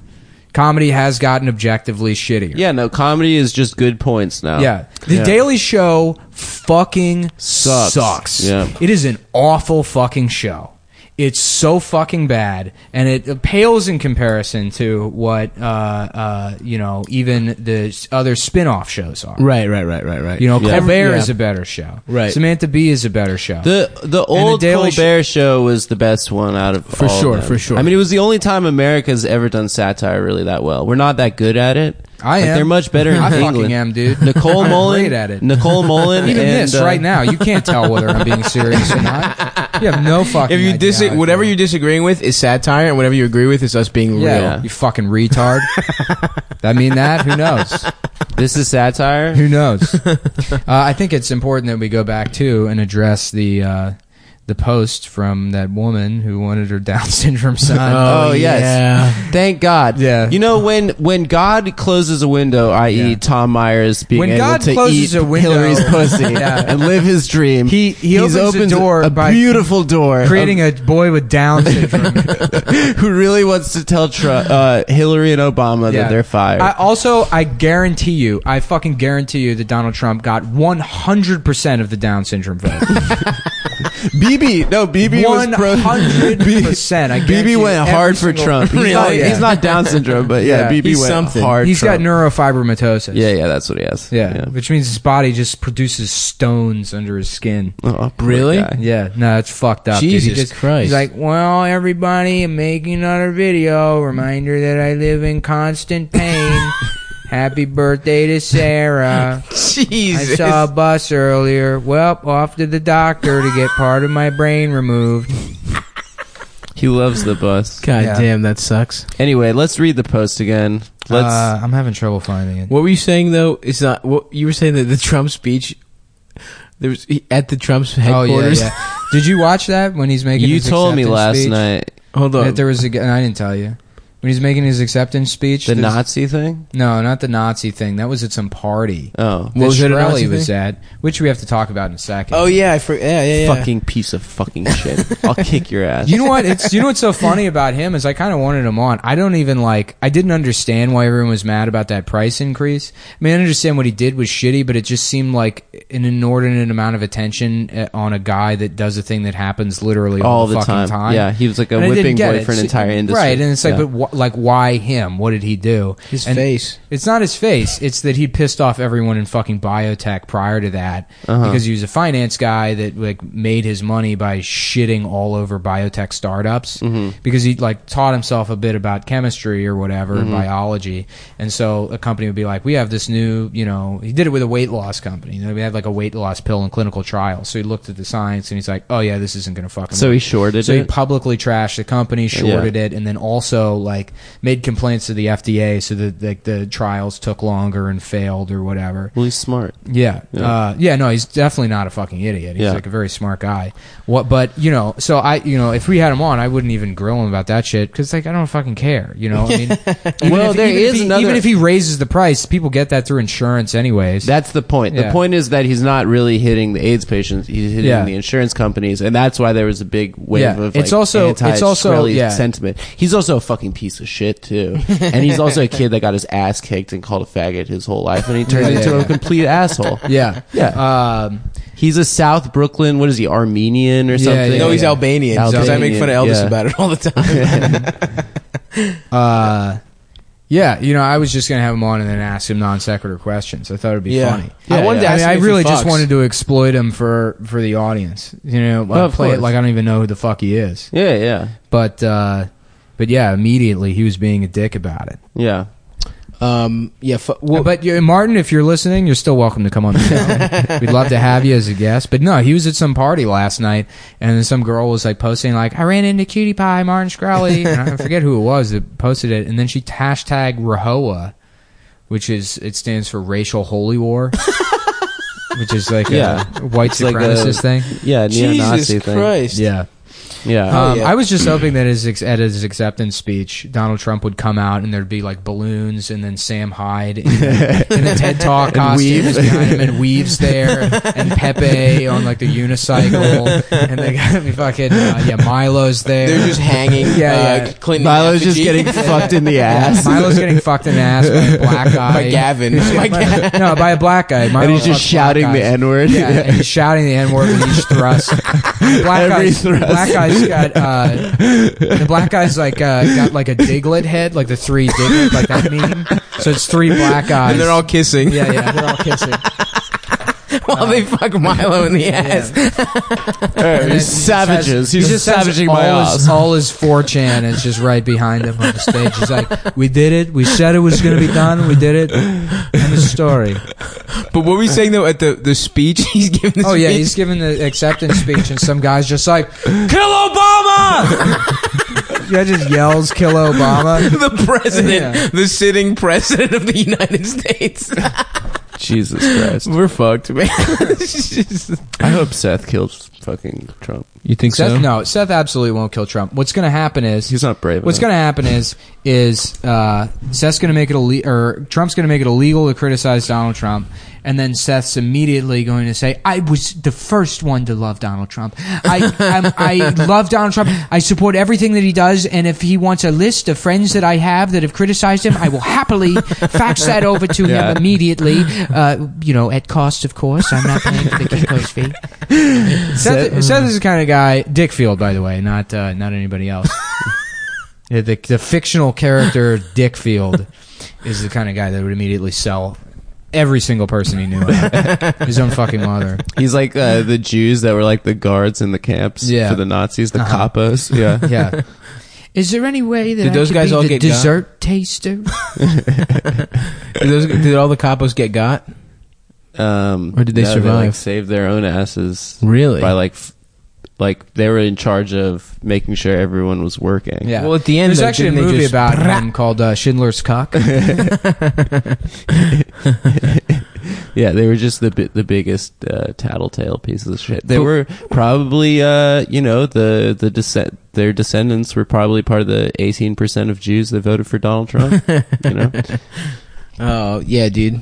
Speaker 1: Comedy has gotten objectively shittier.
Speaker 2: Yeah, no, comedy is just good points now.
Speaker 1: Yeah. The Daily Show fucking
Speaker 2: Sucks.
Speaker 1: sucks.
Speaker 2: Yeah.
Speaker 1: It is an awful fucking show. It's so fucking bad, and it pales in comparison to what uh, uh, you know even the s- other spin-off shows are.
Speaker 3: Right, right, right, right, right.
Speaker 1: You know,
Speaker 2: Yeah.
Speaker 1: Colbert
Speaker 3: Yeah.
Speaker 1: is a better show.
Speaker 3: Right.
Speaker 1: Samantha Bee is a better show.
Speaker 2: The the old
Speaker 1: Daily
Speaker 2: Colbert Show was the best one out of
Speaker 3: For
Speaker 2: all of
Speaker 3: sure,
Speaker 2: them.
Speaker 3: for sure.
Speaker 2: I mean, it was the only time America's ever done satire really that well. We're not that good at it.
Speaker 1: I
Speaker 2: but
Speaker 1: am.
Speaker 2: They're much better in
Speaker 1: I fucking
Speaker 2: England.
Speaker 1: am, dude.
Speaker 2: Nicole
Speaker 1: I'm
Speaker 2: Mullen
Speaker 1: great at it.
Speaker 2: Nicole Mullen
Speaker 1: even
Speaker 2: and
Speaker 1: this
Speaker 2: uh,
Speaker 1: right now, you can't tell whether I'm being serious or not. You have no fucking.
Speaker 4: If you
Speaker 1: idea
Speaker 4: dis-
Speaker 1: how I feel.
Speaker 4: whatever you're disagreeing with is satire, and whatever you agree with is us being
Speaker 1: yeah,
Speaker 4: real.
Speaker 2: Yeah.
Speaker 1: you fucking retard. that mean that? Who knows?
Speaker 2: This is satire.
Speaker 1: Who knows? uh, I think it's important that we go back to and address the uh, the post from that woman who wanted her Down syndrome son.
Speaker 2: Oh, yes. Thank God.
Speaker 1: Yeah.
Speaker 2: You know when when God closes a window, i.e.
Speaker 1: Yeah.
Speaker 2: Tom Myers being
Speaker 1: When
Speaker 2: able
Speaker 1: God
Speaker 2: to
Speaker 1: closes
Speaker 2: eat
Speaker 1: a window-
Speaker 2: Hillary's pussy
Speaker 1: Yeah.
Speaker 2: and live his dream,
Speaker 1: He- he
Speaker 2: he's
Speaker 1: opens a
Speaker 2: opened
Speaker 1: door
Speaker 2: a
Speaker 1: by
Speaker 2: beautiful door,
Speaker 3: Um,
Speaker 1: Creating a boy with Down syndrome.
Speaker 2: who really wants to tell Tru- uh, Hillary and Obama
Speaker 1: Yeah.
Speaker 2: that they're fired.
Speaker 1: I, also, I guarantee you, I fucking guarantee you that Donald Trump got 100% of the Down syndrome vote.
Speaker 2: BB, no, BB was pro.
Speaker 1: 100%. I guarantee
Speaker 2: BB went
Speaker 1: you, every
Speaker 2: hard for
Speaker 1: single-
Speaker 2: Trump. He's,
Speaker 1: Really?
Speaker 2: not,
Speaker 1: Oh, yeah.
Speaker 2: he's not Down syndrome, but yeah,
Speaker 1: Yeah.
Speaker 2: BB
Speaker 4: He's
Speaker 2: went
Speaker 4: something.
Speaker 2: hard.
Speaker 1: He's got
Speaker 2: Trump.
Speaker 1: neurofibromatosis.
Speaker 2: Yeah, yeah, that's what he has.
Speaker 1: Yeah, which means his body just produces stones under his skin.
Speaker 2: Oh, poor
Speaker 3: Really?
Speaker 2: guy.
Speaker 1: Yeah, no, it's fucked up. dude. He
Speaker 3: Jesus
Speaker 1: just-
Speaker 3: Christ.
Speaker 1: He's like, well, everybody, I'm making another video. Reminder that I live in constant pain. Happy birthday to Sarah. I
Speaker 4: Jesus.
Speaker 1: saw a bus earlier. Well, off to the doctor to get part of my brain removed.
Speaker 2: He loves the bus.
Speaker 3: God
Speaker 1: Yeah.
Speaker 3: damn, that sucks.
Speaker 2: Anyway, let's read the post again. Let's.
Speaker 1: Uh, I'm having trouble finding it.
Speaker 3: What were you saying though? Is not what you were saying that the Trump speech. There was he- at the Trump's
Speaker 1: Oh yeah,
Speaker 3: headquarters.
Speaker 1: yeah. Did you watch that when he's making?
Speaker 2: you
Speaker 1: his
Speaker 2: told me
Speaker 1: acceptance
Speaker 2: last
Speaker 1: speech?
Speaker 2: night
Speaker 3: Hold on.
Speaker 1: that there was a. g- and I didn't tell you when he's making his acceptance speech.
Speaker 2: the
Speaker 1: there's-
Speaker 2: Nazi thing.
Speaker 1: No, not the Nazi thing. That was at some party.
Speaker 2: Oh,
Speaker 1: that
Speaker 3: was it, a
Speaker 1: Shkreli
Speaker 3: Nazi
Speaker 1: was at, which we have to talk about in a second.
Speaker 3: oh yeah, I for, yeah, yeah, yeah.
Speaker 2: fucking piece of fucking shit. I'll kick your ass.
Speaker 1: You know what? It's you know what's so funny about him is I kind of wanted him on. I don't even like. I didn't understand why everyone was mad about that price increase. I mean, I understand what he did was shitty, but it just seemed like an inordinate amount of attention uh, on a guy that does a thing that happens literally all,
Speaker 2: All the
Speaker 1: fucking
Speaker 2: time. Yeah, he was like a
Speaker 1: And I didn't
Speaker 2: whipping
Speaker 1: get
Speaker 2: boy
Speaker 1: it.
Speaker 2: for an
Speaker 1: So-
Speaker 2: entire industry.
Speaker 1: right? And it's like,
Speaker 2: Yeah.
Speaker 1: but wh- like, why him? What did he do?
Speaker 3: His
Speaker 1: And-
Speaker 3: face.
Speaker 1: It's not his face. It's that he pissed off everyone in fucking biotech prior to that
Speaker 2: Uh-huh.
Speaker 1: because he was a finance guy that like made his money by shitting all over biotech startups
Speaker 2: Mm-hmm.
Speaker 1: because he like taught himself a bit about chemistry or whatever
Speaker 2: Mm-hmm.
Speaker 1: and biology, and so a company would be like, "We have this new," you know, he did it with a weight loss company. They had like a weight loss pill in clinical trials, so he looked at the science and he's like, "Oh yeah, this isn't going to fucking."
Speaker 2: so
Speaker 1: work."
Speaker 2: he shorted
Speaker 1: So he
Speaker 2: it.
Speaker 1: publicly trashed the company, shorted it, and then also like made complaints to the FDA so that like the trials took longer and failed or whatever.
Speaker 2: Well, he's smart.
Speaker 1: Yeah, yeah. Uh, yeah. No, he's definitely not a fucking idiot. He's
Speaker 2: Yeah.
Speaker 1: like a very smart guy. What? But you know, so I, you know, if we had him on, I wouldn't even grill him about that shit because like I don't fucking care. You know, I mean, even
Speaker 2: Well,
Speaker 1: if,
Speaker 2: there
Speaker 1: even
Speaker 2: is
Speaker 1: if he,
Speaker 2: another-
Speaker 1: Even if he raises the price, people get that through insurance anyways.
Speaker 2: That's the point. The
Speaker 1: Yeah.
Speaker 2: point is that he's not really hitting the AIDS patients. He's hitting
Speaker 1: Yeah.
Speaker 2: the insurance companies, and that's why there was a big wave
Speaker 1: Yeah.
Speaker 2: of like,
Speaker 1: It's also- it's also-
Speaker 2: anti-Shkreli
Speaker 1: yeah.
Speaker 2: sentiment. He's also a fucking piece of shit too, and he's also a kid that got his ass kicked and called a faggot his whole life, and he turned
Speaker 1: Yeah, yeah,
Speaker 2: into a
Speaker 1: yeah.
Speaker 2: complete asshole.
Speaker 1: yeah,
Speaker 2: Yeah.
Speaker 1: Um,
Speaker 2: He's a South Brooklyn. What is he? Armenian or
Speaker 1: Yeah,
Speaker 2: something?
Speaker 1: yeah,
Speaker 4: no, he's
Speaker 1: yeah.
Speaker 4: Albanian. Because I make fun of
Speaker 2: Albanian,
Speaker 4: Elvis
Speaker 2: yeah.
Speaker 4: about it all the time.
Speaker 1: Uh, yeah, you know, I was just gonna have him on and then ask him non sequitur questions. I thought it'd be
Speaker 4: Yeah.
Speaker 1: funny.
Speaker 4: I Yeah, wanted yeah. to
Speaker 1: I
Speaker 4: ask
Speaker 1: mean,
Speaker 4: him
Speaker 1: I
Speaker 4: if he
Speaker 1: really just
Speaker 4: fucks.
Speaker 1: wanted to exploit him for for the audience. You know, like,
Speaker 2: Oh, of
Speaker 1: play
Speaker 2: course.
Speaker 1: it like I don't even know who the fuck he is.
Speaker 2: Yeah, yeah,
Speaker 1: But uh, but yeah, immediately he was being a dick about it.
Speaker 2: yeah.
Speaker 3: Um, yeah, f- well,
Speaker 1: but you, Martin, if you're listening, you're still welcome to come on the show. We'd love to have you as a guest. But no, he was at some party last night, and then some girl was like posting like, "I ran into Cutie Pie, Martin Shkreli," and I forget who it was that posted it, and then she hashtag Rahoa, which is it stands for racial holy war, which is like
Speaker 2: Yeah.
Speaker 1: a white
Speaker 2: like a-
Speaker 1: supremacist thing.
Speaker 2: Yeah, neo-Nazi
Speaker 4: Jesus
Speaker 2: thing.
Speaker 4: Christ.
Speaker 1: Yeah.
Speaker 2: Yeah.
Speaker 1: Um,
Speaker 4: yeah.
Speaker 1: I was just hoping that his ex- at his acceptance speech, Donald Trump would come out and there'd be like balloons, and then Sam Hyde in, in a TED Talk costume is behind him, and Weaves there, and Pepe on like the unicycle, and they got me fucking uh, yeah, Milo's there.
Speaker 4: They're just hanging.
Speaker 1: Yeah,
Speaker 4: uh,
Speaker 1: yeah.
Speaker 4: Clinton
Speaker 2: Milo's just
Speaker 4: effigy.
Speaker 2: getting fucked in the ass.
Speaker 1: Milo's getting fucked in the ass by a black guy.
Speaker 4: by Gavin. By Gavin.
Speaker 1: By- no, by a black guy.
Speaker 2: and
Speaker 1: Milo's
Speaker 2: he's just
Speaker 1: fucked black
Speaker 2: shouting the
Speaker 1: guys.
Speaker 2: N word.
Speaker 1: Yeah, and he's shouting the N word with each thrust. The black
Speaker 2: Every
Speaker 1: guy's,
Speaker 2: thrust.
Speaker 1: The black guy's got uh, the black guy's like uh, got like a diglet head, like the three diglet, like that meme. So it's three black guys.
Speaker 4: And they're all kissing
Speaker 1: yeah, yeah, they're all kissing.
Speaker 4: while they fuck Milo in the ass.
Speaker 1: And
Speaker 2: Uh, he's
Speaker 1: then he
Speaker 2: savages.
Speaker 1: says-
Speaker 2: He's
Speaker 1: he
Speaker 2: just
Speaker 1: says
Speaker 2: savaging my
Speaker 1: all
Speaker 2: ass.
Speaker 1: His, all his 4chan is just right behind him on the stage. He's like, "We did it. We said it was going to be done. We did it." End of story.
Speaker 4: But what were we saying though at the, the speech he's giving? The
Speaker 1: Oh yeah,
Speaker 4: speech?
Speaker 1: he's giving the acceptance speech, and some guy's just like,
Speaker 4: kill Obama,
Speaker 1: "Yeah," just yells, "Kill Obama."
Speaker 4: the president,
Speaker 1: Yeah.
Speaker 4: the sitting president of the United States.
Speaker 2: Jesus Christ.
Speaker 4: we're fucked, man. It's just-
Speaker 2: I hope Seth kills fucking Trump.
Speaker 3: you think
Speaker 1: Seth,
Speaker 3: so?
Speaker 1: no, Seth absolutely won't kill Trump. What's going to happen is
Speaker 2: He's not brave.
Speaker 1: what's
Speaker 2: enough.
Speaker 1: going to happen is is uh, Seth's going to make it illegal, or Trump's going to make it illegal to criticize Donald Trump, and then Seth's immediately going to say, "I was the first one to love Donald Trump. I I'm, I love Donald Trump. I support everything that he does, and if he wants a list of friends that I have that have criticized him, I will happily fax that over to
Speaker 2: Yeah.
Speaker 1: him immediately. Uh, you know, at cost, of course. I'm not paying for the Kinko's fee." Seth, Seth is the kind of guy. Dick Field, by the way, not uh, not anybody else. Yeah, the, the fictional character Dick Field is the kind of guy that would immediately sell every single person he knew, out. his own fucking mother.
Speaker 2: He's like uh, the Jews that were like the guards in the camps
Speaker 1: Yeah.
Speaker 2: for the Nazis, the
Speaker 1: Uh-huh.
Speaker 2: capos. Yeah.
Speaker 1: Yeah. Is there any way that
Speaker 3: Did
Speaker 1: I
Speaker 3: those
Speaker 1: could
Speaker 3: guys
Speaker 1: be
Speaker 3: all
Speaker 1: the
Speaker 3: get got?
Speaker 1: dessert taster?
Speaker 3: Did, those, did all the capos get got?
Speaker 2: Um,
Speaker 3: Or did they
Speaker 2: no, like,
Speaker 3: survive?
Speaker 2: saved their own asses.
Speaker 3: Really?
Speaker 2: By like, f- like they were in charge of making sure everyone was working.
Speaker 1: Yeah.
Speaker 3: Well, at the end,
Speaker 1: There's
Speaker 3: though,
Speaker 1: actually a
Speaker 3: didn't they
Speaker 1: movie
Speaker 3: just-
Speaker 1: about him called uh, Schindler's Cock.
Speaker 2: Yeah, they were just the bi- the biggest uh, tattletale pieces of shit. They were probably, uh, you know, the the descent. Their descendants were probably part of the eighteen percent of Jews that voted for Donald Trump. you know,
Speaker 3: Oh yeah, dude,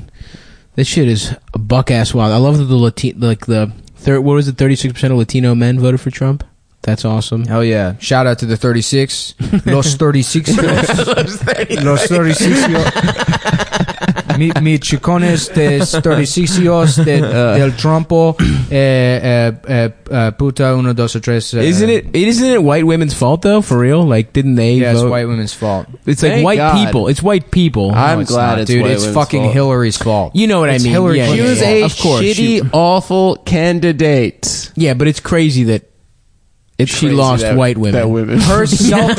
Speaker 3: this shit is a buck ass wild. I love that the Latin, like the third, what was it? Thirty six percent of Latino men voted for Trump. That's awesome.
Speaker 1: Hell Oh, yeah! Shout out to the 36, Los 36, Los 36. Mi, mi chicones de 36 de, uh, del trompo eh, eh, eh, eh, puta uno dos tres. eh,
Speaker 3: Isn't it? Isn't it white women's fault though? For real? Like, didn't they
Speaker 1: Yeah, it's
Speaker 3: vote?
Speaker 1: white women's fault.
Speaker 3: It's like
Speaker 2: Thank
Speaker 3: white
Speaker 2: God.
Speaker 3: people. It's white people.
Speaker 2: I'm
Speaker 3: No,
Speaker 1: It's
Speaker 2: glad
Speaker 1: not,
Speaker 2: it's
Speaker 1: dude.
Speaker 2: white
Speaker 1: it's
Speaker 2: women's
Speaker 1: fucking
Speaker 2: fault.
Speaker 1: Hillary's fault.
Speaker 3: You know what
Speaker 1: It's
Speaker 3: I mean?
Speaker 1: Hillary
Speaker 3: yeah,
Speaker 2: she
Speaker 1: Clinton's
Speaker 2: was
Speaker 1: fault.
Speaker 2: a
Speaker 3: Of course,
Speaker 2: shitty,
Speaker 3: she-
Speaker 2: awful candidate.
Speaker 3: yeah, but it's crazy that
Speaker 2: It's
Speaker 3: She
Speaker 2: crazy
Speaker 3: lost
Speaker 2: that-
Speaker 3: white women.
Speaker 2: That women.
Speaker 1: her self.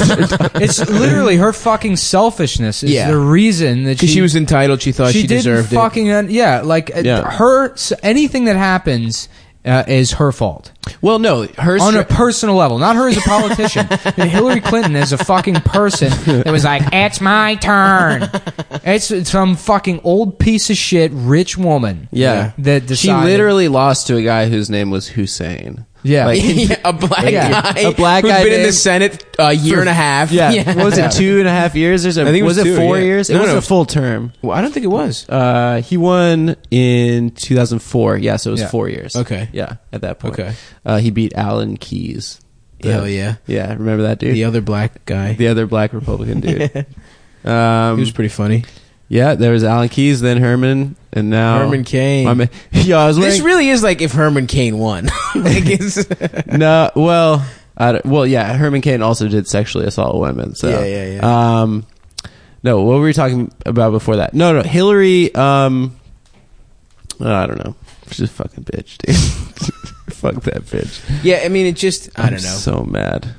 Speaker 1: it's literally her fucking selfishness is
Speaker 3: Yeah.
Speaker 1: the reason that she,
Speaker 3: because she, was entitled, she
Speaker 2: Uh,
Speaker 3: thought she,
Speaker 1: didn't
Speaker 3: deserved it.
Speaker 1: fucking un- yeah. Like uh,
Speaker 2: Yeah.
Speaker 1: her s- anything that happens uh, is her fault.
Speaker 2: well, no, her
Speaker 1: on a personal level, not her as a politician, but Hillary Clinton as a fucking person that was like, "It's my turn." It's it's some fucking old piece of shit rich woman.
Speaker 2: Yeah.
Speaker 1: that
Speaker 2: She
Speaker 1: decided,
Speaker 2: literally lost to a guy whose name was Hussein.
Speaker 1: Yeah.
Speaker 2: Like,
Speaker 4: yeah, a black
Speaker 1: Yeah.
Speaker 4: guy,
Speaker 2: A black
Speaker 4: who's
Speaker 2: guy
Speaker 4: been in the
Speaker 2: named-
Speaker 4: Senate a year and a half.
Speaker 2: yeah. What was it two and a half years or something?
Speaker 4: I think it was two,
Speaker 2: four
Speaker 4: yeah.
Speaker 2: years? It
Speaker 4: No,
Speaker 2: was
Speaker 4: no.
Speaker 2: a full term.
Speaker 3: Well, I don't think it was.
Speaker 2: Uh, he won in 2004. Yeah, so it was
Speaker 1: Yeah.
Speaker 2: four years.
Speaker 3: Okay.
Speaker 2: Yeah, at that point.
Speaker 3: Okay.
Speaker 2: Uh, he beat Alan Keyes. The-
Speaker 3: Hell yeah.
Speaker 2: Yeah, remember that dude?
Speaker 3: The other black guy.
Speaker 2: The other black Republican dude. um,
Speaker 3: he was pretty funny.
Speaker 2: yeah, there was Alan Keyes, then Herman, and now
Speaker 3: Herman Cain.
Speaker 2: Um, My man- yeah, I was
Speaker 3: This
Speaker 2: wearing,
Speaker 3: really is like if Herman Cain won. like it's,
Speaker 2: no, well, I don't- well, yeah, Herman Cain also did sexually assault women. So
Speaker 3: Yeah, yeah, yeah.
Speaker 2: Um, no, what were we talking about before that? No, no, Hillary. Um, oh, I don't know. She's a fucking bitch, dude. Fuck that bitch.
Speaker 3: yeah, I mean, it just I
Speaker 2: I'm
Speaker 3: don't know.
Speaker 2: So mad.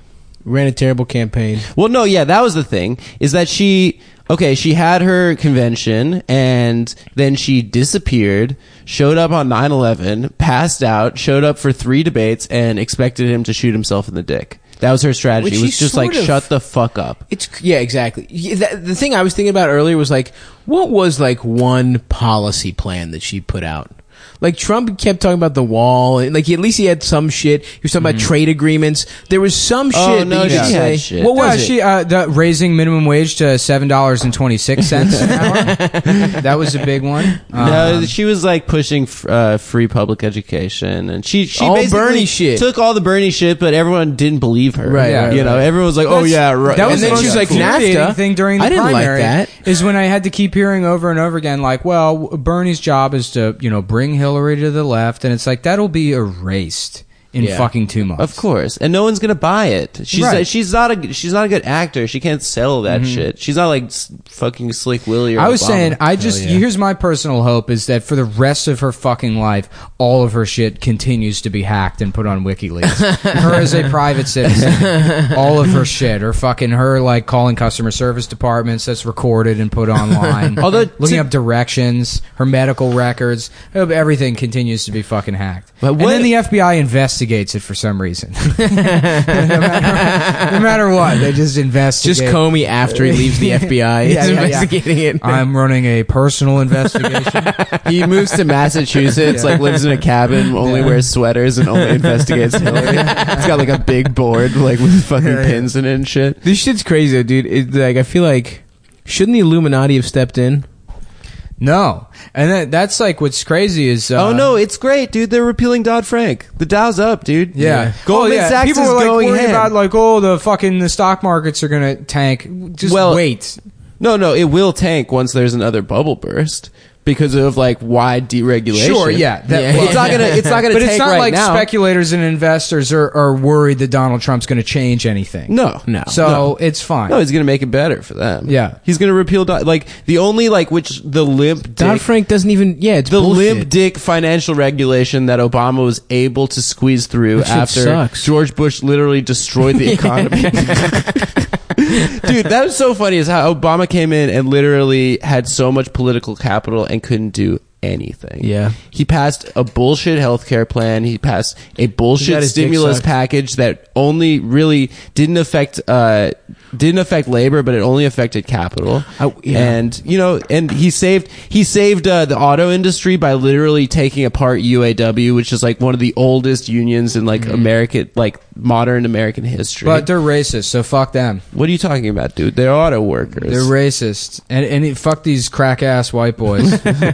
Speaker 3: ran a terrible campaign.
Speaker 2: Well, no, yeah, that was the thing. Is that she? Okay, she had her convention and then she disappeared. Showed up on 9-11, passed out. Showed up for three debates and expected him to shoot himself in the dick. That was her strategy.
Speaker 3: Which
Speaker 2: It
Speaker 3: he
Speaker 2: was just like
Speaker 3: sort of-
Speaker 2: shut the fuck up.
Speaker 3: It's yeah, exactly. Yeah, that, the thing I was thinking about earlier was like, what was like one policy plan that she put out? Like Trump kept talking about the wall, and like he, at least he had some shit. He was talking about trade agreements. There was some
Speaker 2: Mm-hmm. Oh,
Speaker 3: shit
Speaker 2: no,
Speaker 3: that you
Speaker 2: she
Speaker 3: could
Speaker 2: had
Speaker 3: say.
Speaker 2: shit.
Speaker 3: What was
Speaker 1: No,
Speaker 3: it?
Speaker 1: she uh, the, raising minimum wage to seven dollars and twenty six cents an hour? that was a big one.
Speaker 2: no,
Speaker 1: Um,
Speaker 2: she was like pushing f- uh, free public education, and she she
Speaker 3: All
Speaker 2: basically
Speaker 3: Bernie shit.
Speaker 2: took all the Bernie shit, but everyone didn't believe her.
Speaker 3: Right,
Speaker 1: right,
Speaker 2: you know,
Speaker 1: right.
Speaker 2: everyone was like, "Oh
Speaker 1: That's-
Speaker 2: yeah, right."
Speaker 1: That was
Speaker 2: and
Speaker 1: the
Speaker 2: then
Speaker 1: most
Speaker 2: she's like,
Speaker 3: cool.
Speaker 1: infuriating
Speaker 3: NAFTA?
Speaker 1: thing during the
Speaker 3: I didn't like
Speaker 1: primary
Speaker 3: that.
Speaker 1: is when I had to keep hearing over and over again, like, well, Bernie's job is to you know bring Hillary to the left, and it's like that'll be erased in
Speaker 3: Yeah.
Speaker 1: fucking two months.
Speaker 2: Of course, and no one's gonna buy it. She's
Speaker 1: Right.
Speaker 2: she's not a she's not a good actor. She can't sell that shit. She's not like s- fucking Slick Willie. Or
Speaker 1: I was
Speaker 2: Obama.
Speaker 1: saying, I just here's my personal hope is that for the rest of her fucking life, all of her shit continues to be hacked and put on WikiLeaks. her as a private citizen, all of her shit, or fucking her like calling customer service departments that's recorded and put online.
Speaker 2: Although, to-
Speaker 1: looking up directions, her medical records, I hope everything continues to be fucking hacked.
Speaker 2: But what-
Speaker 1: and then the FBI investigates it for some reason. no, matter, no matter what, they just investigate.
Speaker 3: Just Comey after he leaves the FBI is
Speaker 1: Yeah, yeah, yeah.
Speaker 3: investigating it.
Speaker 1: I'm running a personal investigation.
Speaker 2: he moves to Massachusetts, like lives in a cabin, only wears sweaters, and only investigates Hillary. It's got like a big board, like with fucking pins in it and shit.
Speaker 3: This shit's crazy, though, dude. It, like, I feel like shouldn't the Illuminati have stepped in?
Speaker 1: No, and that, that's like what's crazy is uh,
Speaker 2: oh no, it's great, dude. They're repealing Dodd Frank. The Dow's up, dude.
Speaker 1: yeah,
Speaker 2: Goldman
Speaker 1: oh, yeah.
Speaker 2: Sachs
Speaker 1: People
Speaker 2: is
Speaker 1: were like
Speaker 2: going
Speaker 1: worried
Speaker 2: ham.
Speaker 1: about like oh the fucking the stock markets are gonna tank. Just
Speaker 2: Well-
Speaker 1: wait.
Speaker 2: No, no, it will tank once there's another bubble burst because of like wide deregulation.
Speaker 1: Sure, yeah, that- well-
Speaker 2: it's not gonna, it's not gonna
Speaker 1: But
Speaker 2: tank
Speaker 1: it's not
Speaker 2: right
Speaker 1: like
Speaker 2: now.
Speaker 1: speculators and investors are, are worried that Donald Trump's going to change anything.
Speaker 2: no, no,
Speaker 1: so
Speaker 2: no.
Speaker 1: it's fine.
Speaker 2: No, he's gonna make it better for them.
Speaker 1: Yeah.
Speaker 2: he's gonna repeal Dodd- like the only like which the limp
Speaker 3: Dodd
Speaker 2: dick,
Speaker 3: Frank doesn't even. Yeah, it's
Speaker 2: the
Speaker 3: bullshit.
Speaker 2: limp dick financial regulation that Obama was able to squeeze through
Speaker 3: That shit
Speaker 2: after
Speaker 3: sucks.
Speaker 2: George Bush literally destroyed the economy. Dude, that was so funny is how Obama came in and literally had so much political capital and couldn't do anything.
Speaker 3: Yeah.
Speaker 2: He passed a bullshit healthcare plan. He passed a
Speaker 3: He got
Speaker 2: bullshit
Speaker 3: his dick
Speaker 2: stimulus
Speaker 3: sucked.
Speaker 2: package that only really didn't affect uh didn't affect labor, but it only affected capital.
Speaker 3: I- Oh, yeah.
Speaker 2: And you know, and he saved he saved uh, the auto industry by literally taking apart UAW, which is like one of the oldest unions in like American like modern American history.
Speaker 1: Mm-hmm. but they're racist, so fuck them.
Speaker 2: what are you talking about, dude? They're auto workers.
Speaker 1: They're racist, and and it, fuck these crack ass white boys. any,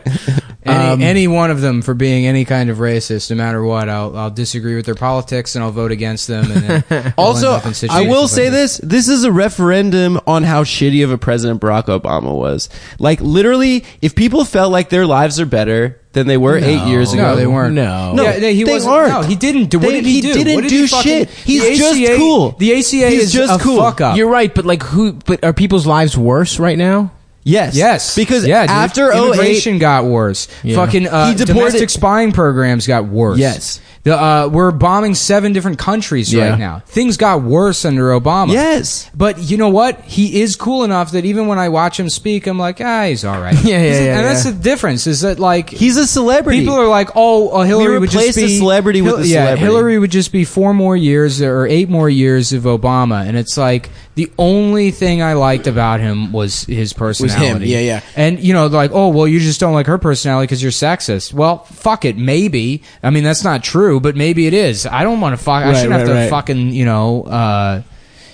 Speaker 1: any one of them for being any kind of racist, no matter what, I'll I'll disagree with their politics and I'll vote against them. And then we'll
Speaker 2: also,
Speaker 1: end up in
Speaker 2: I
Speaker 1: situations
Speaker 2: will
Speaker 1: like
Speaker 2: say this: this is a referendum on how shitty of a president Barack Obama was. Like, literally, if people felt like their lives are better than they were eight years ago,
Speaker 1: No, they weren't.
Speaker 3: No.
Speaker 2: no,
Speaker 1: Yeah, they- he
Speaker 2: they
Speaker 1: wasn't-
Speaker 2: aren't.
Speaker 1: no, he didn't do- what
Speaker 2: They-
Speaker 1: did he do?
Speaker 2: didn't
Speaker 1: What did
Speaker 2: do
Speaker 1: he fucking-
Speaker 2: shit. He's
Speaker 1: The
Speaker 2: just
Speaker 1: ACA
Speaker 2: cool.
Speaker 1: the ACA
Speaker 2: He's
Speaker 1: is
Speaker 2: just
Speaker 1: a
Speaker 2: cool.
Speaker 1: fuck up.
Speaker 3: You're right, but like, who? But are people's lives worse right now?
Speaker 2: Yes,
Speaker 1: Yes,
Speaker 2: Because
Speaker 1: yeah, dude.
Speaker 2: after 08,
Speaker 1: immigration got worse,
Speaker 3: Yeah.
Speaker 1: fucking uh,
Speaker 2: He deported-
Speaker 1: domestic spying programs got worse.
Speaker 2: Yes.
Speaker 1: the, uh, we're bombing seven different countries
Speaker 3: Yeah.
Speaker 1: right now. Things got worse under Obama.
Speaker 2: Yes.
Speaker 1: but you know what? He is cool enough that even when I watch him speak, I'm like, ah, he's all right.
Speaker 3: Yeah, yeah,
Speaker 1: He's-
Speaker 3: yeah,
Speaker 1: And that's
Speaker 3: yeah.
Speaker 1: the difference is that like
Speaker 2: he's a celebrity.
Speaker 1: People are like, oh, uh, Hillary would
Speaker 2: replaced
Speaker 1: just
Speaker 2: the
Speaker 1: be
Speaker 2: celebrity with the
Speaker 1: yeah,
Speaker 2: celebrity.
Speaker 1: Hillary would just be four more years or eight more years of Obama, and it's like the only thing I liked about him was his personality.
Speaker 3: yeah, yeah.
Speaker 1: And you know, like, oh, well, you just don't like her personality because you're sexist. Well, fuck it, maybe. I mean, that's not true, but maybe it is. I don't want to fuck. I
Speaker 3: Right,
Speaker 1: shouldn't have
Speaker 3: right,
Speaker 1: to
Speaker 3: right.
Speaker 1: fucking you know. Uh,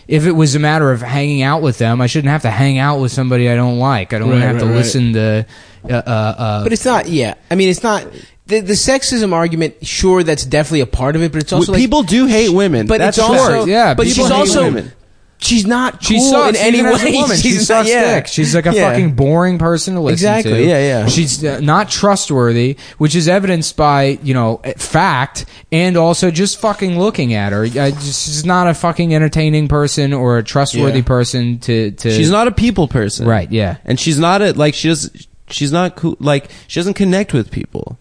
Speaker 1: if it was a matter of hanging out with them, I shouldn't have to hang out with somebody I don't like. I don't want to
Speaker 3: Right,
Speaker 1: have to
Speaker 3: right, right.
Speaker 1: listen to. Uh, uh, uh,
Speaker 3: But it's not. Yeah, I mean, it's not the the sexism argument. Sure, that's definitely a part of it, but it's also like,
Speaker 2: people do hate women,
Speaker 3: But
Speaker 2: That's
Speaker 3: it's also
Speaker 2: true.
Speaker 1: yeah,
Speaker 3: But
Speaker 1: people
Speaker 3: she's
Speaker 1: hate
Speaker 3: also
Speaker 2: women.
Speaker 3: she's not cool
Speaker 1: She sucks
Speaker 3: in any
Speaker 1: even
Speaker 3: way.
Speaker 1: as a woman. She
Speaker 3: She's
Speaker 1: sucks
Speaker 3: not- yeah.
Speaker 1: dick. She's like a
Speaker 3: Yeah.
Speaker 1: fucking boring person to listen
Speaker 3: Exactly,
Speaker 1: to.
Speaker 3: yeah, yeah.
Speaker 1: She's uh, not trustworthy, which is evidenced by you know eh, fact and also just fucking looking at her. I just, she's not a fucking entertaining person or a trustworthy
Speaker 3: Yeah.
Speaker 1: person to to.
Speaker 2: She's not a people person,
Speaker 1: Right, yeah.
Speaker 2: And she's not a like she does. She's not cool. Like she doesn't connect with people.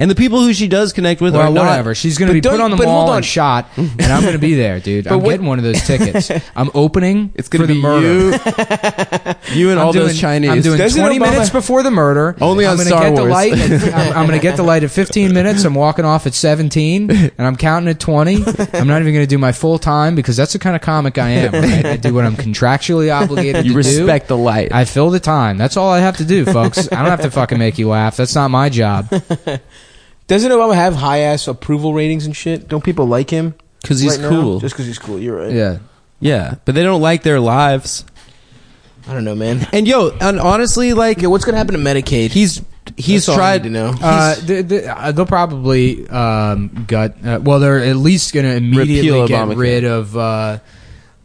Speaker 2: And the people who she does connect with
Speaker 1: Well,
Speaker 2: are not-
Speaker 1: whatever. She's going to
Speaker 3: But
Speaker 1: be put
Speaker 3: don't-
Speaker 1: on the
Speaker 3: but hold
Speaker 1: wall
Speaker 3: on.
Speaker 1: and shot, and I'm going to be there, dude. I'm
Speaker 3: what-
Speaker 1: getting one of those tickets. I'm opening.
Speaker 2: It's going
Speaker 1: for
Speaker 2: to
Speaker 1: the
Speaker 2: be
Speaker 1: murder.
Speaker 2: you, you and
Speaker 1: I'm
Speaker 2: all
Speaker 1: doing,
Speaker 2: those Chinese.
Speaker 1: I'm doing
Speaker 3: Doesn't
Speaker 1: 20
Speaker 3: Obama-
Speaker 1: minutes before the murder.
Speaker 2: Only
Speaker 1: I'm
Speaker 2: on
Speaker 1: gonna
Speaker 2: Star
Speaker 1: get The
Speaker 2: Wars.
Speaker 1: light at- I'm, going to get the light at 15 minutes. I'm walking off at 17, and I'm counting at 20. I'm not even going to do my full time because that's the kind of comic I am. right? I do what I'm contractually obligated
Speaker 2: you
Speaker 1: to do.
Speaker 2: respect the light.
Speaker 1: I fill the time. That's all I have to do, folks. I don't have to fucking make you laugh. That's not my job.
Speaker 3: Doesn't Obama have high ass approval ratings and shit? Don't people like him?
Speaker 2: Because he's
Speaker 3: right now?
Speaker 2: cool.
Speaker 3: Just because he's cool. You're right.
Speaker 1: Yeah.
Speaker 2: yeah, but they don't like their lives.
Speaker 3: I don't know, man.
Speaker 2: And yo, and honestly, like
Speaker 3: Okay, what's gonna happen to Medicaid?
Speaker 2: he's he's
Speaker 3: That's all I
Speaker 2: tried
Speaker 3: need to know.
Speaker 1: Uh, th th uh, they'll probably um, gut. Uh, well, they're at least going to
Speaker 2: Repeal
Speaker 1: immediately get
Speaker 2: Obamacare.
Speaker 1: rid of uh,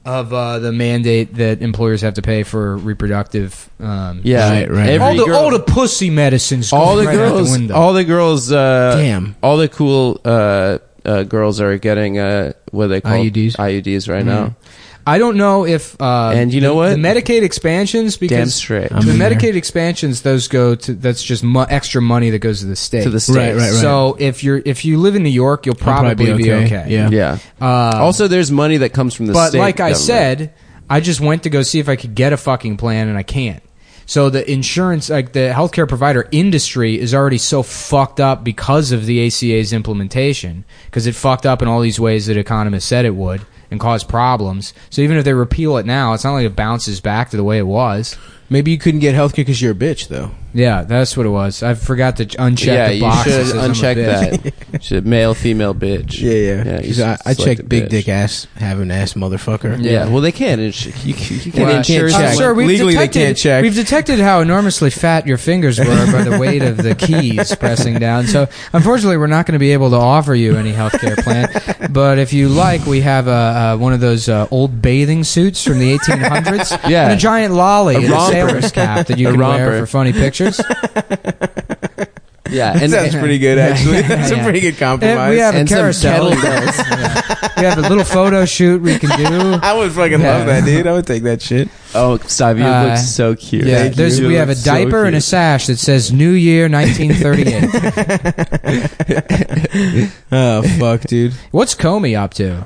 Speaker 1: of uh, the mandate that employers have to pay for reproductive. Um,
Speaker 2: Yeah,
Speaker 3: Right, right.
Speaker 2: Every
Speaker 1: all the
Speaker 2: girl-
Speaker 1: all the pussy medicines.
Speaker 2: all the
Speaker 1: going Oh, right out
Speaker 2: girls,
Speaker 1: the window.
Speaker 2: all the girls, uh,
Speaker 3: Damn.
Speaker 2: all the cool uh, uh, girls are getting uh, what are they call
Speaker 1: IUDs?
Speaker 2: IUDs
Speaker 1: Mm-hmm.
Speaker 2: right now.
Speaker 1: I don't know if uh,
Speaker 2: And you know
Speaker 1: the,
Speaker 2: what?
Speaker 1: the Medicaid expansions because
Speaker 2: Damn straight.
Speaker 1: the Medicaid expansions those go to that's just mo- extra money that goes to the state
Speaker 2: To the states.
Speaker 3: Right, right, right.
Speaker 1: So if you're if you live in New York, you'll
Speaker 3: probably
Speaker 1: probably,
Speaker 3: be
Speaker 1: be
Speaker 3: okay.
Speaker 1: okay. Uh,
Speaker 3: Yeah.
Speaker 2: Yeah. also, there's money that comes from the
Speaker 1: but
Speaker 2: state.
Speaker 1: like I
Speaker 2: government.
Speaker 1: said, I just went to go see if I could get a fucking plan, and I can't. So the insurance, like the healthcare provider industry, is already so fucked up because of the ACA's implementation, because it fucked up in all these ways that economists said it would and caused problems. So even if they repeal it now, it's not like it bounces back to the way it was.
Speaker 3: Maybe you couldn't get healthcare because you're a bitch, though.
Speaker 1: Yeah, that's what it was. I forgot to uncheck
Speaker 2: yeah,
Speaker 1: the
Speaker 2: you
Speaker 1: box. that
Speaker 2: should
Speaker 1: says I'm a
Speaker 2: uncheck
Speaker 1: bitch.
Speaker 2: that. You should male, female, bitch.
Speaker 3: yeah.
Speaker 2: you
Speaker 3: 'Cause I, I
Speaker 2: select a
Speaker 3: checked big
Speaker 2: bitch.
Speaker 3: dick ass, having ass motherfucker.
Speaker 2: Yeah, well, they can't. ins- You, can- you can't
Speaker 3: Well,
Speaker 2: insure
Speaker 3: check.
Speaker 2: someone-
Speaker 3: Sure,
Speaker 1: we've
Speaker 3: Legally, they can't check.
Speaker 1: We've detected how enormously fat your fingers were by the weight of the keys pressing down. So, unfortunately, we're not going to be able to offer you any health care plan. But if you like, we have uh, uh, one of those uh, old bathing suits from the 1800s.
Speaker 2: Yeah.
Speaker 1: And a giant lolly
Speaker 2: A
Speaker 1: and a
Speaker 2: romper.
Speaker 1: sailor's cap that you
Speaker 2: A
Speaker 1: can
Speaker 2: romper.
Speaker 1: wear for funny pictures.
Speaker 2: Yeah, and
Speaker 3: Sounds pretty good, actually. That's a
Speaker 1: yeah.
Speaker 3: pretty
Speaker 1: And
Speaker 3: good compromise.
Speaker 1: we have
Speaker 2: And
Speaker 1: a
Speaker 2: some
Speaker 1: carousel.
Speaker 2: kettlebells.
Speaker 1: Yeah. We have a little photo shoot we can do.
Speaker 3: I would fucking
Speaker 1: Yeah.
Speaker 3: love that, dude. I would take that shit.
Speaker 2: Oh, Savi, you
Speaker 1: Uh,
Speaker 2: look so cute.
Speaker 1: Yeah,
Speaker 2: Thank
Speaker 1: there's,
Speaker 2: you.
Speaker 1: we
Speaker 2: You
Speaker 1: have a
Speaker 2: look so
Speaker 1: diaper and a
Speaker 2: cute.
Speaker 1: sash that says New Year 1938.
Speaker 3: Oh fuck, dude.
Speaker 1: What's Comey up to?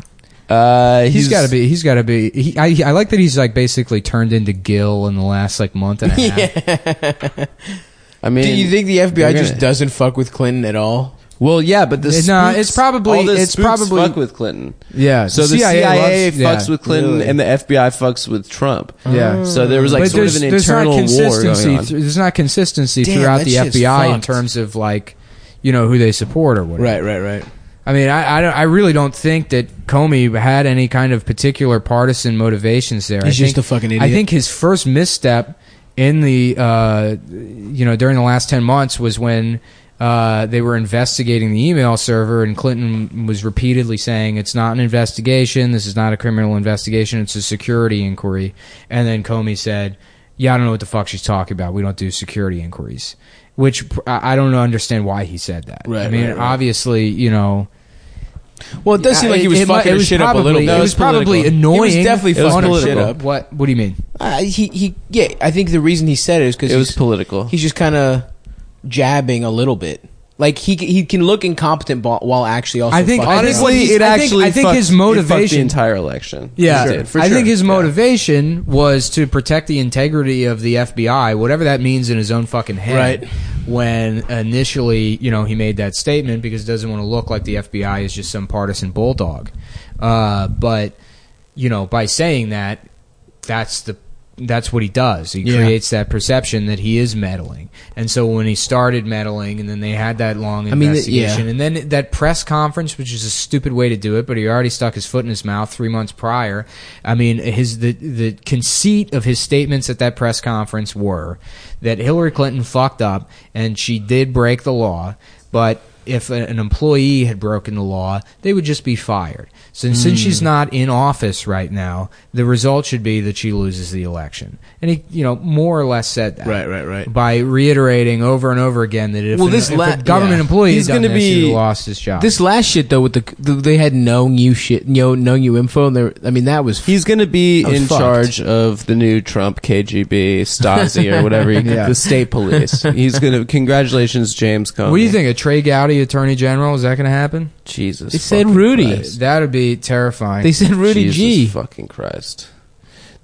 Speaker 2: Uh,
Speaker 1: he's got to be. He's got to be. He, I, I like that he's like basically turned into Gil in the last like month and a half.
Speaker 2: I mean,
Speaker 3: Do you think the
Speaker 2: they're
Speaker 3: FBI
Speaker 2: gonna-
Speaker 3: just doesn't fuck with Clinton at all?
Speaker 2: Well, yeah, but the
Speaker 1: No,
Speaker 2: spooks-
Speaker 1: it's probably-
Speaker 2: all the
Speaker 1: it's
Speaker 2: spooks
Speaker 1: probably-
Speaker 2: fuck with Clinton.
Speaker 1: Yeah.
Speaker 2: So the CIA,
Speaker 1: loves- yeah.
Speaker 2: fucks with Clinton,
Speaker 3: Really?
Speaker 2: and the FBI fucks with Trump.
Speaker 1: Yeah.
Speaker 2: So there was like
Speaker 1: but
Speaker 2: sort of
Speaker 1: there's,
Speaker 2: an
Speaker 1: there's not
Speaker 2: internal war
Speaker 1: consistency.
Speaker 2: going on.
Speaker 1: th- there's not consistency
Speaker 3: Damn,
Speaker 1: throughout
Speaker 3: that
Speaker 1: the
Speaker 3: shit's
Speaker 1: FBI in
Speaker 3: fucked.
Speaker 1: terms of like, you know, who they support or whatever.
Speaker 3: Right, right, right.
Speaker 1: I mean, I I, don't, I really don't think that Comey had any kind of particular partisan motivations there. I
Speaker 3: He's just
Speaker 1: think-
Speaker 3: a fucking
Speaker 1: I
Speaker 3: idiot.
Speaker 1: think his first misstep in the uh, you know during the last ten months was when. Uh, they were investigating the email server, and Clinton was repeatedly saying, "It's not an investigation. This is not a criminal investigation. It's a security inquiry." And then Comey said, "Yeah, I don't know what the fuck she's talking about. We don't do security inquiries." Which I I don't understand why he said that.
Speaker 3: Right,
Speaker 1: I mean,
Speaker 3: right, right.
Speaker 1: obviously, you know,
Speaker 3: Well, it does seem like he was
Speaker 1: Uh, it- it
Speaker 3: fucking
Speaker 1: mu- it
Speaker 3: his
Speaker 1: was
Speaker 3: shit up a
Speaker 1: probably-
Speaker 3: little bit.
Speaker 1: It was probably annoying.
Speaker 3: He was definitely
Speaker 2: It was
Speaker 3: fucking his shit
Speaker 2: political.
Speaker 3: up.
Speaker 1: What? What do you mean?
Speaker 3: Uh, he he. Yeah, I think the reason he said it is because
Speaker 2: it was political.
Speaker 3: he's just kind of jabbing a little bit. Like he he can look incompetent ba- while actually also.
Speaker 1: I think-
Speaker 3: fucking
Speaker 1: honestly,
Speaker 3: up.
Speaker 1: I think- I think his
Speaker 2: it fucked the
Speaker 1: motivation-
Speaker 2: entire election. It did, for
Speaker 1: I
Speaker 2: sure.
Speaker 1: think his
Speaker 2: Yeah.
Speaker 1: motivation was to protect the integrity of the FBI, whatever that means in his own fucking head.
Speaker 3: Right.
Speaker 1: When initially, you know, he made that statement because he doesn't want to look like the FBI is just some partisan bulldog. Uh, but you know, by saying that, that's the that's what he does. He
Speaker 3: Yeah.
Speaker 1: creates that perception that he is meddling. And so when he started meddling, and then they had that long
Speaker 3: I mean, th- yeah.
Speaker 1: investigation, and then that press conference, which is a stupid way to do it, but he already stuck his foot in his mouth three months prior. I mean, his the the conceit of his statements at that press conference were that Hillary Clinton fucked up and she did break the law, but if a- an employee had broken the law, they would just be fired. So
Speaker 3: Hmm.
Speaker 1: since she's not in office right now, the result should be that she loses the election. And he, you know, more or less said that.
Speaker 3: Right, right, right.
Speaker 1: By reiterating over and over again that if,
Speaker 3: Well,
Speaker 1: an-
Speaker 3: this
Speaker 1: if
Speaker 3: la-
Speaker 1: a government
Speaker 3: yeah.
Speaker 1: employee
Speaker 2: He's
Speaker 1: had done
Speaker 2: gonna
Speaker 1: this, he
Speaker 2: be-
Speaker 1: would've lost his job.
Speaker 3: This last shit though with the, the they had no new shit, no no new info, and they were- I mean that was
Speaker 2: He's going to be
Speaker 3: I was
Speaker 2: in
Speaker 3: fucked.
Speaker 2: charge of the new Trump KGB, Stasi, or whatever. You,
Speaker 1: Yeah.
Speaker 2: The state police. He's going to. Congratulations, James Comey.
Speaker 1: what do you think? A Trey Gowdy Rudy attorney general? Is that going to happen? Uh,
Speaker 2: Jesus.
Speaker 3: They said
Speaker 2: fucking
Speaker 3: Rudy.
Speaker 2: Christ.
Speaker 1: That would be terrifying.
Speaker 3: They said Rudy
Speaker 2: Jesus
Speaker 3: G.
Speaker 2: fucking Christ.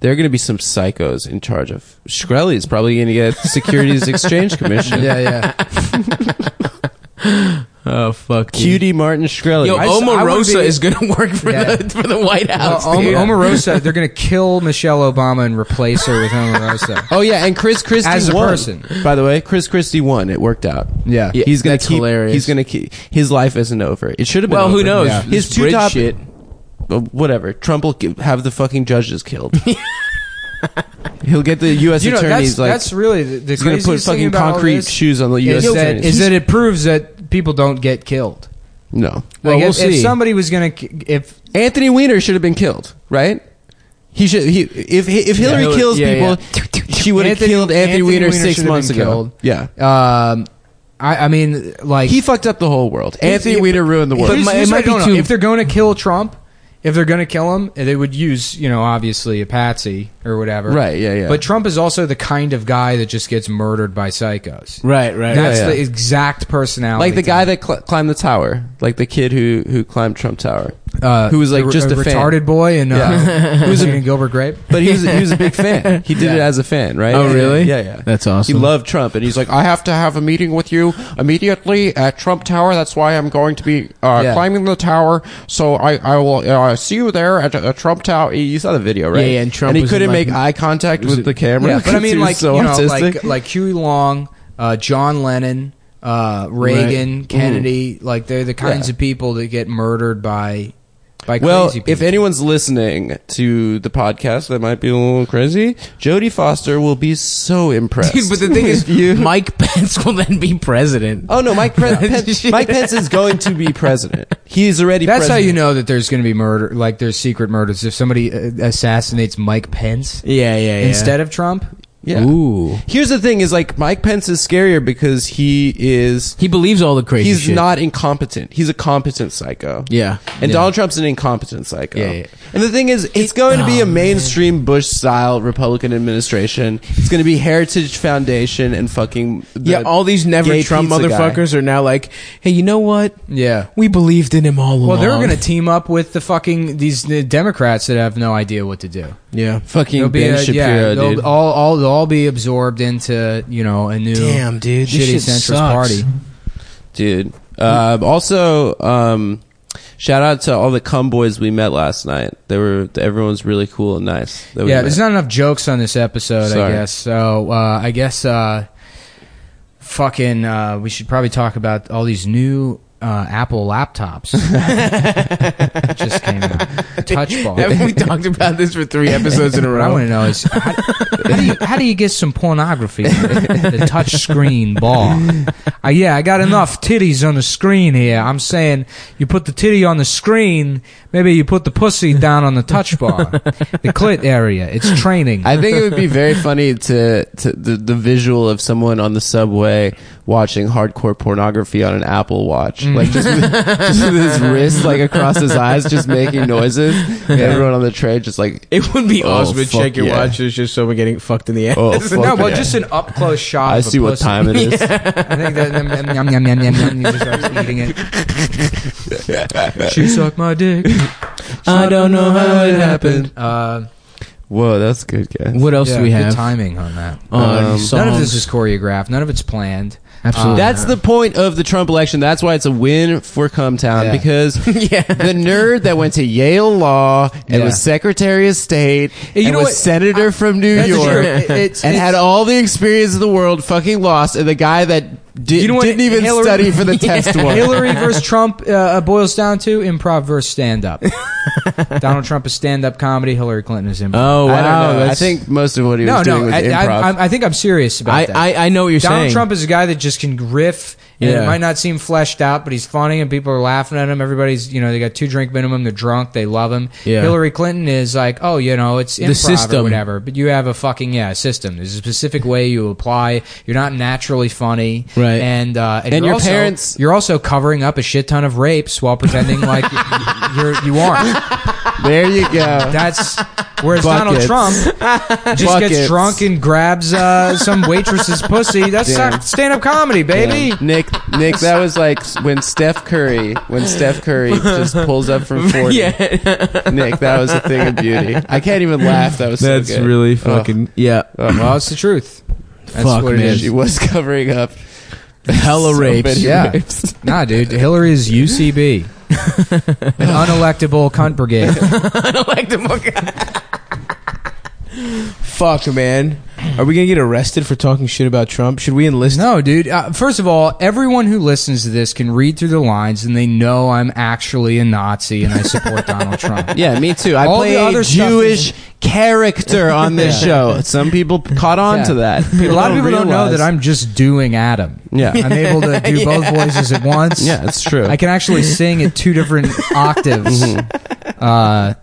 Speaker 2: There are going to be some psychos in charge of. Shkreli is probably going to get Securities Exchange Commission.
Speaker 1: yeah, yeah.
Speaker 3: Oh fuck,
Speaker 2: Cutie Martin Shkreli.
Speaker 3: Yo,
Speaker 2: I s- I would
Speaker 3: Omarosa
Speaker 2: be-
Speaker 3: is gonna work for
Speaker 1: Yeah.
Speaker 3: the for the White
Speaker 1: Well,
Speaker 3: House.
Speaker 1: Om-
Speaker 3: dude.
Speaker 1: Uh, Omarosa, they're going to kill Michelle Obama and replace her with Omarosa.
Speaker 2: Oh yeah, and Chris Christie
Speaker 1: As a
Speaker 2: won.
Speaker 1: person.
Speaker 2: By the way, Chris Christie won. It worked out.
Speaker 1: Yeah. Yeah,
Speaker 2: he's gonna
Speaker 3: that's
Speaker 2: keep.
Speaker 3: hilarious.
Speaker 2: He's gonna keep. His life isn't over. It should have been.
Speaker 3: Well, who
Speaker 2: over.
Speaker 3: knows?
Speaker 1: Yeah.
Speaker 2: His
Speaker 3: This
Speaker 2: two
Speaker 3: bridge
Speaker 2: top
Speaker 3: shit.
Speaker 2: Uh, Whatever. Trump will g- have the fucking judges killed. He'll get the U.S.
Speaker 1: You know,
Speaker 2: attorneys
Speaker 1: that's,
Speaker 2: like.
Speaker 1: that's really the, the
Speaker 2: he's gonna put
Speaker 1: craziest thing
Speaker 2: fucking
Speaker 1: about all
Speaker 2: concrete
Speaker 1: this
Speaker 2: shoes on the U.S.
Speaker 1: Is that,
Speaker 2: attorneys.
Speaker 1: is that it proves that people don't get killed.
Speaker 2: no.
Speaker 1: Like,
Speaker 3: Well, we'll
Speaker 1: if, if
Speaker 3: see.
Speaker 1: somebody was going to, if
Speaker 2: Anthony Weiner should have been killed, right? He should. He if if Hillary
Speaker 3: Hillary-
Speaker 2: kills
Speaker 3: yeah,
Speaker 2: people, she would have
Speaker 1: Anthony-
Speaker 2: killed Anthony,
Speaker 1: Anthony
Speaker 2: Weiner,
Speaker 1: Weiner
Speaker 2: six
Speaker 1: should have
Speaker 2: months
Speaker 1: been
Speaker 2: ago.
Speaker 1: killed.
Speaker 2: Yeah,
Speaker 1: Um, I, I mean, like
Speaker 2: he fucked up the whole world. Anthony
Speaker 1: he-
Speaker 2: Weiner ruined the world.
Speaker 1: But
Speaker 3: Here's-
Speaker 1: my-
Speaker 3: here's
Speaker 1: it
Speaker 3: what
Speaker 1: might
Speaker 3: I
Speaker 1: be
Speaker 3: don't know.
Speaker 1: too. If they're going to kill Trump, if they're going to kill him, they would use you know obviously a patsy or whatever.
Speaker 2: Right, yeah, yeah.
Speaker 1: But Trump is also the kind of guy that just gets murdered by psychos.
Speaker 3: Right, right.
Speaker 1: That's
Speaker 2: yeah,
Speaker 1: the
Speaker 2: yeah.
Speaker 1: exact personality.
Speaker 2: like the
Speaker 1: type.
Speaker 2: guy that cl- climbed the tower, like the kid who who climbed Trump Tower,
Speaker 1: Uh,
Speaker 2: who was like
Speaker 1: the-
Speaker 2: just a, fan.
Speaker 1: retarded boy and
Speaker 2: Yeah.
Speaker 1: uh, who's in Gilbert Grape.
Speaker 2: But he was he was a big fan. He did
Speaker 1: Yeah.
Speaker 2: it as a fan, right?
Speaker 3: Oh,
Speaker 2: Yeah,
Speaker 3: really?
Speaker 2: Yeah, yeah.
Speaker 3: That's awesome.
Speaker 2: He loved Trump, and he's like, I have to have a meeting with you immediately at Trump Tower. That's why I'm going to be uh,
Speaker 1: Yeah.
Speaker 2: climbing the tower. So I I will uh, see you there at uh, Trump Tower. You saw the video, right?
Speaker 3: Yeah, yeah, and Trump
Speaker 2: he
Speaker 3: was
Speaker 2: couldn't
Speaker 3: in, like,
Speaker 2: make eye contact with the camera.
Speaker 1: Yeah, but I
Speaker 2: because he
Speaker 1: mean,
Speaker 2: was
Speaker 1: like
Speaker 2: so
Speaker 1: you know,
Speaker 2: autistic.
Speaker 1: like like Huey Long, uh, John Lennon, uh, Reagan, Kennedy. Like they're the kinds
Speaker 2: Yeah.
Speaker 1: of people that get murdered by by
Speaker 2: Well,
Speaker 1: crazy people.
Speaker 2: if anyone's listening to the podcast that might be a little crazy, Jodie Foster will be so impressed.
Speaker 3: Dude, but the thing is,
Speaker 2: with you.
Speaker 3: Mike Pence will then be president.
Speaker 2: oh no, Mike, Pre- Pence, Mike Pence is going to be president. He's already.
Speaker 1: That's how
Speaker 2: president.
Speaker 1: you know that there's going to be murder, like there's secret murders. If somebody uh, assassinates Mike Pence
Speaker 3: Yeah, yeah, yeah.
Speaker 1: instead of Trump,
Speaker 2: Yeah.
Speaker 3: Ooh.
Speaker 2: Here's the thing: is like Mike Pence is scarier because he is
Speaker 3: he believes all the crazy.
Speaker 2: he's
Speaker 3: shit.
Speaker 2: not incompetent. He's a competent psycho.
Speaker 3: Yeah.
Speaker 2: And
Speaker 3: Yeah.
Speaker 2: Donald Trump's an incompetent psycho.
Speaker 3: Yeah, oh, yeah.
Speaker 2: And the thing is, it's going to be a mainstream Bush style Republican administration. It's going to be Heritage Foundation and fucking the
Speaker 3: Yeah, all these never
Speaker 2: gay
Speaker 3: Trump
Speaker 2: pizza guy.
Speaker 3: motherfuckers are now like, hey, you know what?
Speaker 1: yeah.
Speaker 3: We believed in him all along.
Speaker 1: Well, they're going to team up with the fucking these the Democrats that have no idea what to do.
Speaker 3: yeah.
Speaker 2: Fucking
Speaker 1: They'll be
Speaker 2: Ben
Speaker 1: a-
Speaker 2: Shapiro,
Speaker 1: yeah, they'll
Speaker 2: dude.
Speaker 1: all all they'll all be absorbed into you know a new
Speaker 3: Damn, dude, this
Speaker 1: shitty
Speaker 3: shit
Speaker 1: centrist
Speaker 3: sucks.
Speaker 1: party.
Speaker 2: dude. Um, also, um, shout out to all the cum boys we met last night. They were everyone's really cool and nice. that we
Speaker 1: Yeah,
Speaker 2: met.
Speaker 1: there's not enough jokes on this episode,
Speaker 2: Sorry.
Speaker 1: I guess. So uh, I guess uh, fucking uh, we should probably talk about all these new uh, Apple laptops that just came out. Touch bar.
Speaker 3: Haven't we talked about this for three episodes in a
Speaker 1: What I
Speaker 3: row?
Speaker 1: want to know is how, how, do you, how do you get some pornography? with The touch screen bar. Uh, yeah, I got enough titties on the screen here. I'm saying you put the titty on the screen, maybe you put the pussy down on the touch bar, the clit area. It's training.
Speaker 2: I think it would be very funny to, to the, the visual of someone on the subway watching hardcore pornography on an Apple Watch,
Speaker 3: Mm.
Speaker 2: like just with, just with his wrist like across his eyes, just making noises. And everyone on the train just like,
Speaker 3: It would be
Speaker 2: Oh,
Speaker 3: awesome to
Speaker 2: fuck
Speaker 3: check your
Speaker 2: yeah.
Speaker 3: watch. It's just someone getting fucked in the ass.
Speaker 2: oh, fuck
Speaker 1: no, but
Speaker 2: yeah.
Speaker 1: just an up close shot.
Speaker 2: I
Speaker 1: of a
Speaker 2: see what
Speaker 1: pussy.
Speaker 2: time it is.
Speaker 1: I think that yum, yum, yum, yum, yum, yum, he just starts eating it. she sucked my dick.
Speaker 3: I don't know how it happened.
Speaker 1: Uh,
Speaker 2: Whoa, that's good, guys.
Speaker 3: What else
Speaker 1: yeah,
Speaker 3: do we
Speaker 1: good
Speaker 3: have?
Speaker 1: timing on that.
Speaker 3: Oh,
Speaker 2: Um,
Speaker 3: songs.
Speaker 1: None of this is choreographed. None of it's planned.
Speaker 3: Absolutely.
Speaker 1: Uh,
Speaker 2: That's the point of the Trump election. That's why it's a win for Cumtown
Speaker 1: Yeah.
Speaker 2: because the nerd that went to Yale Law and
Speaker 1: Yeah.
Speaker 2: was Secretary of State
Speaker 1: Hey, you
Speaker 2: and
Speaker 1: know
Speaker 2: was
Speaker 1: what?
Speaker 2: senator from New
Speaker 1: That's
Speaker 2: York
Speaker 1: true. It- it's-
Speaker 2: and
Speaker 1: it's-
Speaker 2: had all the experience of the world fucking lost and the guy that did,
Speaker 1: You know what?
Speaker 2: didn't even
Speaker 1: Hillary-
Speaker 2: study for the test one.
Speaker 1: Hillary versus Trump uh, boils down to improv versus stand up. Donald Trump is stand up comedy. Hillary Clinton is improv.
Speaker 3: oh, wow.
Speaker 2: I don't know. I
Speaker 3: that's-
Speaker 2: think most of what he
Speaker 1: no,
Speaker 2: was doing
Speaker 1: no.
Speaker 2: was
Speaker 1: I,
Speaker 2: improv.
Speaker 1: I, I, I think I'm serious about
Speaker 3: I,
Speaker 1: that.
Speaker 3: I, I know what you're
Speaker 1: Donald
Speaker 3: saying.
Speaker 1: Trump is a guy that just can riff, and
Speaker 3: Yeah.
Speaker 1: it might not seem fleshed out, but he's funny, and people are laughing at him. Everybody's, you know, they got two drink minimum, they're drunk, they love him.
Speaker 3: Yeah.
Speaker 1: Hillary Clinton is like, oh, you know, it's improv
Speaker 3: system.
Speaker 1: or whatever, but you have a fucking yeah system. There's a specific way you apply. You're not naturally funny,
Speaker 3: Right.
Speaker 1: And uh, and,
Speaker 2: And
Speaker 1: you're
Speaker 2: your
Speaker 1: also-
Speaker 2: parents-
Speaker 1: you're also covering up a shit ton of rapes while pretending like you're you aren't.
Speaker 2: there you go.
Speaker 1: That's Whereas Donald
Speaker 2: Buckets.
Speaker 1: Trump just
Speaker 2: Buckets.
Speaker 1: gets drunk and grabs uh, some waitress's pussy. That's
Speaker 2: Damn.
Speaker 1: not stand-up comedy, baby.
Speaker 2: Yeah. Nick, Nick, that was like s- when Steph Curry, when Steph Curry just pulls up from forty. Nick, that was a thing of beauty. I can't even laugh. That was
Speaker 4: That's
Speaker 2: so good.
Speaker 4: really fucking yeah.
Speaker 1: Well, it's the truth. That's
Speaker 4: Fuck,
Speaker 1: what it
Speaker 4: man.
Speaker 1: is.
Speaker 2: She was covering up.
Speaker 4: Hella
Speaker 2: so
Speaker 4: rapes.
Speaker 2: many
Speaker 1: Yeah.
Speaker 2: rapes.
Speaker 1: Nah, dude. Hillary is UCB. An unelectable cunt brigade.
Speaker 3: like the book. Fuck, man. Are we gonna get arrested for talking shit about Trump? Should we enlist?
Speaker 1: No, dude. Uh, first of all, everyone who listens to this can read through the lines and they know I'm actually a Nazi and I support Donald Trump.
Speaker 2: Yeah, me too. I
Speaker 1: All
Speaker 2: play
Speaker 1: the
Speaker 2: a
Speaker 1: other stuff
Speaker 2: Jewish character on this show. Some people caught on
Speaker 1: Yeah.
Speaker 2: to that.
Speaker 1: a lot of people don't know
Speaker 2: realize-
Speaker 1: that I'm just doing Adam.
Speaker 2: Yeah.
Speaker 1: I'm able to do both voices at once.
Speaker 2: Yeah, that's true.
Speaker 1: I can actually sing at two different octaves.
Speaker 2: Mm-hmm.
Speaker 1: Uh,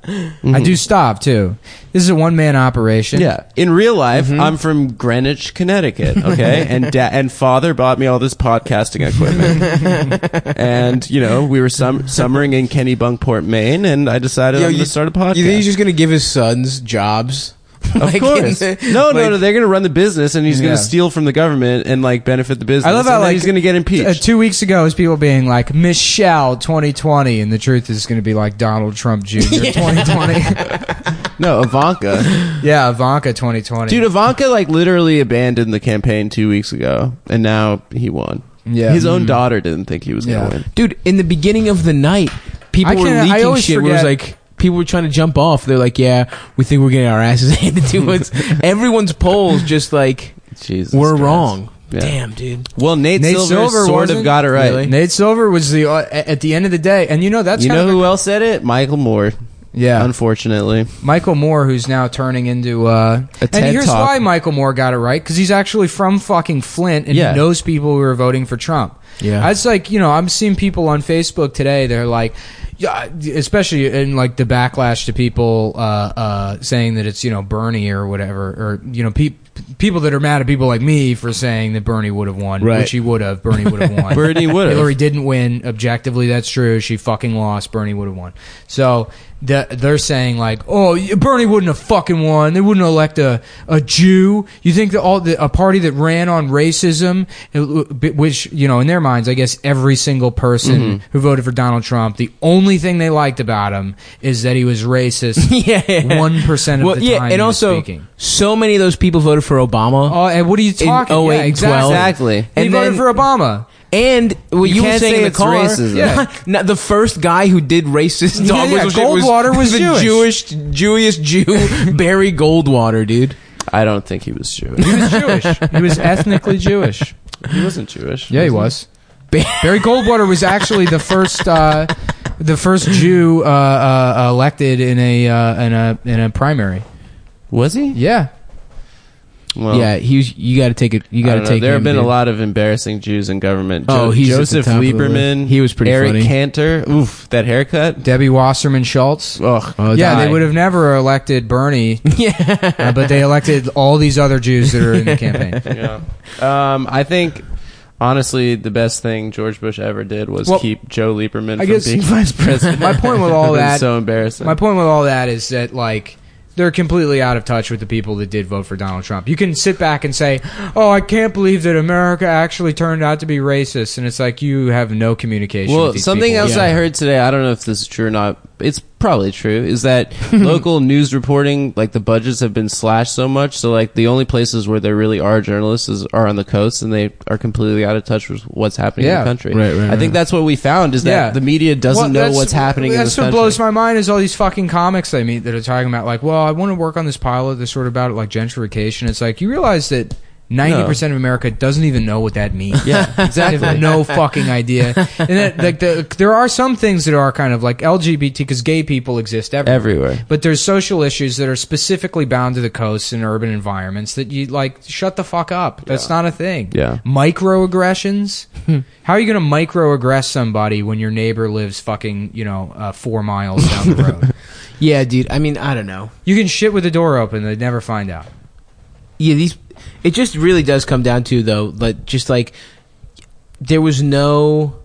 Speaker 1: I do stop too. This is a one man operation.
Speaker 2: Yeah. In real life, I'm from Greenwich, Connecticut. Okay, and da- and father bought me all this podcasting equipment, and you know we were sum- summering in Kennebunkport, Maine, and I decided
Speaker 3: Yo,
Speaker 2: I'm gonna start a podcast.
Speaker 3: You think he's just gonna give his sons jobs?
Speaker 2: of
Speaker 3: Like,
Speaker 2: course.
Speaker 3: in the-
Speaker 2: no, no,
Speaker 3: like-
Speaker 2: no. They're gonna run the business, and he's
Speaker 1: Yeah.
Speaker 2: gonna steal from the government and like benefit the business.
Speaker 1: I love
Speaker 2: and
Speaker 1: how
Speaker 2: then
Speaker 1: like
Speaker 2: he's gonna get
Speaker 1: t-
Speaker 2: impeached.
Speaker 1: uh, two weeks ago, it was people being like Michelle 2020, and the truth is going to be like Donald Trump Jr. 2020.
Speaker 2: no, Ivanka.
Speaker 1: yeah, Ivanka 2020.
Speaker 2: Dude, Ivanka like literally abandoned the campaign two weeks ago, and now he won.
Speaker 1: Yeah. Mm-hmm. Mm.
Speaker 2: his own daughter didn't think he was
Speaker 1: Yeah.
Speaker 2: gonna win.
Speaker 3: dude. In the beginning of the night, people
Speaker 1: I
Speaker 3: were
Speaker 1: can't- I
Speaker 3: leaking
Speaker 1: always
Speaker 3: shit. Where it was
Speaker 1: forget-
Speaker 3: like people were trying to jump off. They're like, "Yeah, we think we're getting our asses handed to us." Everyone's polls just like
Speaker 2: Jesus,
Speaker 3: we're
Speaker 2: Christ.
Speaker 3: wrong.
Speaker 2: Yeah.
Speaker 3: Damn, dude.
Speaker 2: Well, Nate,
Speaker 1: Nate
Speaker 2: Silver,
Speaker 1: Silver
Speaker 2: sort of
Speaker 1: wasn't-
Speaker 2: got it right.
Speaker 1: Nate Silver was the uh, a- at the end of the day, and you know that's
Speaker 2: You
Speaker 1: kind
Speaker 2: know
Speaker 1: of
Speaker 2: who else said it? Michael Moore.
Speaker 1: yeah.
Speaker 2: Unfortunately,
Speaker 1: Michael Moore, who's now turning into uh,
Speaker 2: A TED
Speaker 1: and here's
Speaker 2: Talk.
Speaker 1: why Michael Moore got it right because he's actually from fucking Flint and
Speaker 2: Yeah.
Speaker 1: he knows people who are voting for Trump.
Speaker 3: Yeah.
Speaker 1: it's like you know I'm seeing people on Facebook today. They're like, yeah, especially in like the backlash to people uh, uh, saying that it's you know Bernie or whatever, or you know pe- people that are mad at people like me for saying that Bernie would have won,
Speaker 3: Right.
Speaker 1: which he would have. Bernie would have won.
Speaker 2: Bernie would have.
Speaker 1: Hillary didn't win. Objectively, that's true. She fucking lost. Bernie would have won. So the, they're saying like, oh, y- Bernie wouldn't have fucking won. They wouldn't elect a, a Jew. You think that all the, a party that ran on racism, it- which you know in their minds, I guess every single person
Speaker 3: Mm-hmm.
Speaker 1: who voted for Donald Trump, the only thing they liked about him is that he was racist.
Speaker 3: Yeah,
Speaker 1: One percent of
Speaker 3: Well,
Speaker 1: the
Speaker 3: yeah,
Speaker 1: time
Speaker 3: and
Speaker 1: he was
Speaker 3: also
Speaker 1: speaking.
Speaker 3: so many of those people voted for Obama.
Speaker 1: Oh, and what are you talking?
Speaker 3: oh,
Speaker 1: about?
Speaker 3: eight and twelve.
Speaker 2: Exactly.
Speaker 1: He
Speaker 3: And
Speaker 1: voted
Speaker 3: then-
Speaker 1: for Obama.
Speaker 3: And well,
Speaker 2: You
Speaker 3: you, were
Speaker 2: can't
Speaker 3: saying
Speaker 2: say
Speaker 3: in the
Speaker 2: it's
Speaker 3: car,
Speaker 2: racism.
Speaker 3: Yeah. Now, the first guy who did racist
Speaker 1: Yeah,
Speaker 3: dog
Speaker 1: yeah,
Speaker 3: whistle shit
Speaker 1: Goldwater was
Speaker 3: the
Speaker 1: Jewish.
Speaker 3: Jewish Jew Barry Goldwater, dude.
Speaker 2: I don't think he was Jewish.
Speaker 1: He was Jewish. he was ethnically Jewish.
Speaker 2: he wasn't Jewish.
Speaker 1: Yeah, he was. Barry Goldwater was actually the first, uh, the first Jew uh, uh, elected in a uh, in a in a primary.
Speaker 2: Was he?
Speaker 1: Yeah,
Speaker 2: Well,
Speaker 3: yeah, he was. You got to take it. You
Speaker 2: I
Speaker 3: got
Speaker 2: don't
Speaker 3: to
Speaker 2: know.
Speaker 3: take.
Speaker 2: There have
Speaker 3: him,
Speaker 2: been
Speaker 3: dude.
Speaker 2: a lot of embarrassing Jews in government.
Speaker 3: Oh, he's at the
Speaker 2: Joseph
Speaker 3: top of the
Speaker 2: Lieberman.
Speaker 3: list. He was pretty
Speaker 2: Eric
Speaker 3: funny.
Speaker 2: Cantor. Oof, that haircut.
Speaker 1: Debbie Wasserman Schultz.
Speaker 2: Ugh.
Speaker 3: Oh,
Speaker 1: yeah,
Speaker 3: die.
Speaker 1: they would have never elected Bernie. yeah, but they elected all these other Jews that are in the campaign.
Speaker 2: Yeah. Um, I think. Honestly, the best thing George Bush ever did was
Speaker 1: Well,
Speaker 2: keep Joe
Speaker 1: I
Speaker 2: Lieberman from
Speaker 1: guess-
Speaker 2: being vice president.
Speaker 1: My point with
Speaker 2: It
Speaker 1: all
Speaker 2: was
Speaker 1: that,
Speaker 2: so embarrassing.
Speaker 1: my point with all that is that like. They're completely out of touch with the people that did vote for Donald Trump. You can sit back and say, "Oh, I can't believe that America actually turned out to be racist," and it's like you have no communication.
Speaker 2: Well,
Speaker 1: with these
Speaker 2: something
Speaker 1: people.
Speaker 2: else I heard today, I don't know if this is true or not. It's probably true. Is that local news reporting, like the budgets have been slashed so much, so like the only places where there really are journalists is, are on the coast, and they are completely out of touch with what's happening in
Speaker 1: Yeah.
Speaker 2: the country.
Speaker 3: Right, right,
Speaker 2: I think
Speaker 3: right.
Speaker 2: that's what we found is that
Speaker 1: Yeah.
Speaker 2: the media
Speaker 1: Well,
Speaker 2: doesn't know
Speaker 1: that's-
Speaker 2: what's happening in
Speaker 1: That's
Speaker 2: this
Speaker 1: what
Speaker 2: country.
Speaker 1: blows my mind is all these fucking comics I meet that are talking about like, well, I want to work on this pilot that's sort of about like gentrification. It's like you realize that. 90% of America doesn't even know what that means.
Speaker 2: Yeah,
Speaker 1: They
Speaker 2: exactly.
Speaker 1: have no fucking idea. And that, like the, there are some things that are kind of like LGBT because gay people exist everywhere.
Speaker 2: Everywhere.
Speaker 1: But there's social issues that are specifically bound to the coasts and urban environments that you like shut the fuck up. That's not a thing.
Speaker 2: Yeah.
Speaker 1: Microaggressions. How are you going to microaggress somebody when your neighbor lives fucking you know uh, four miles down the road?
Speaker 3: Yeah, dude. I mean, I don't know.
Speaker 1: You can shit with the door open. They'd never find out.
Speaker 3: Yeah, these. It just really does come down to though, like just like there was no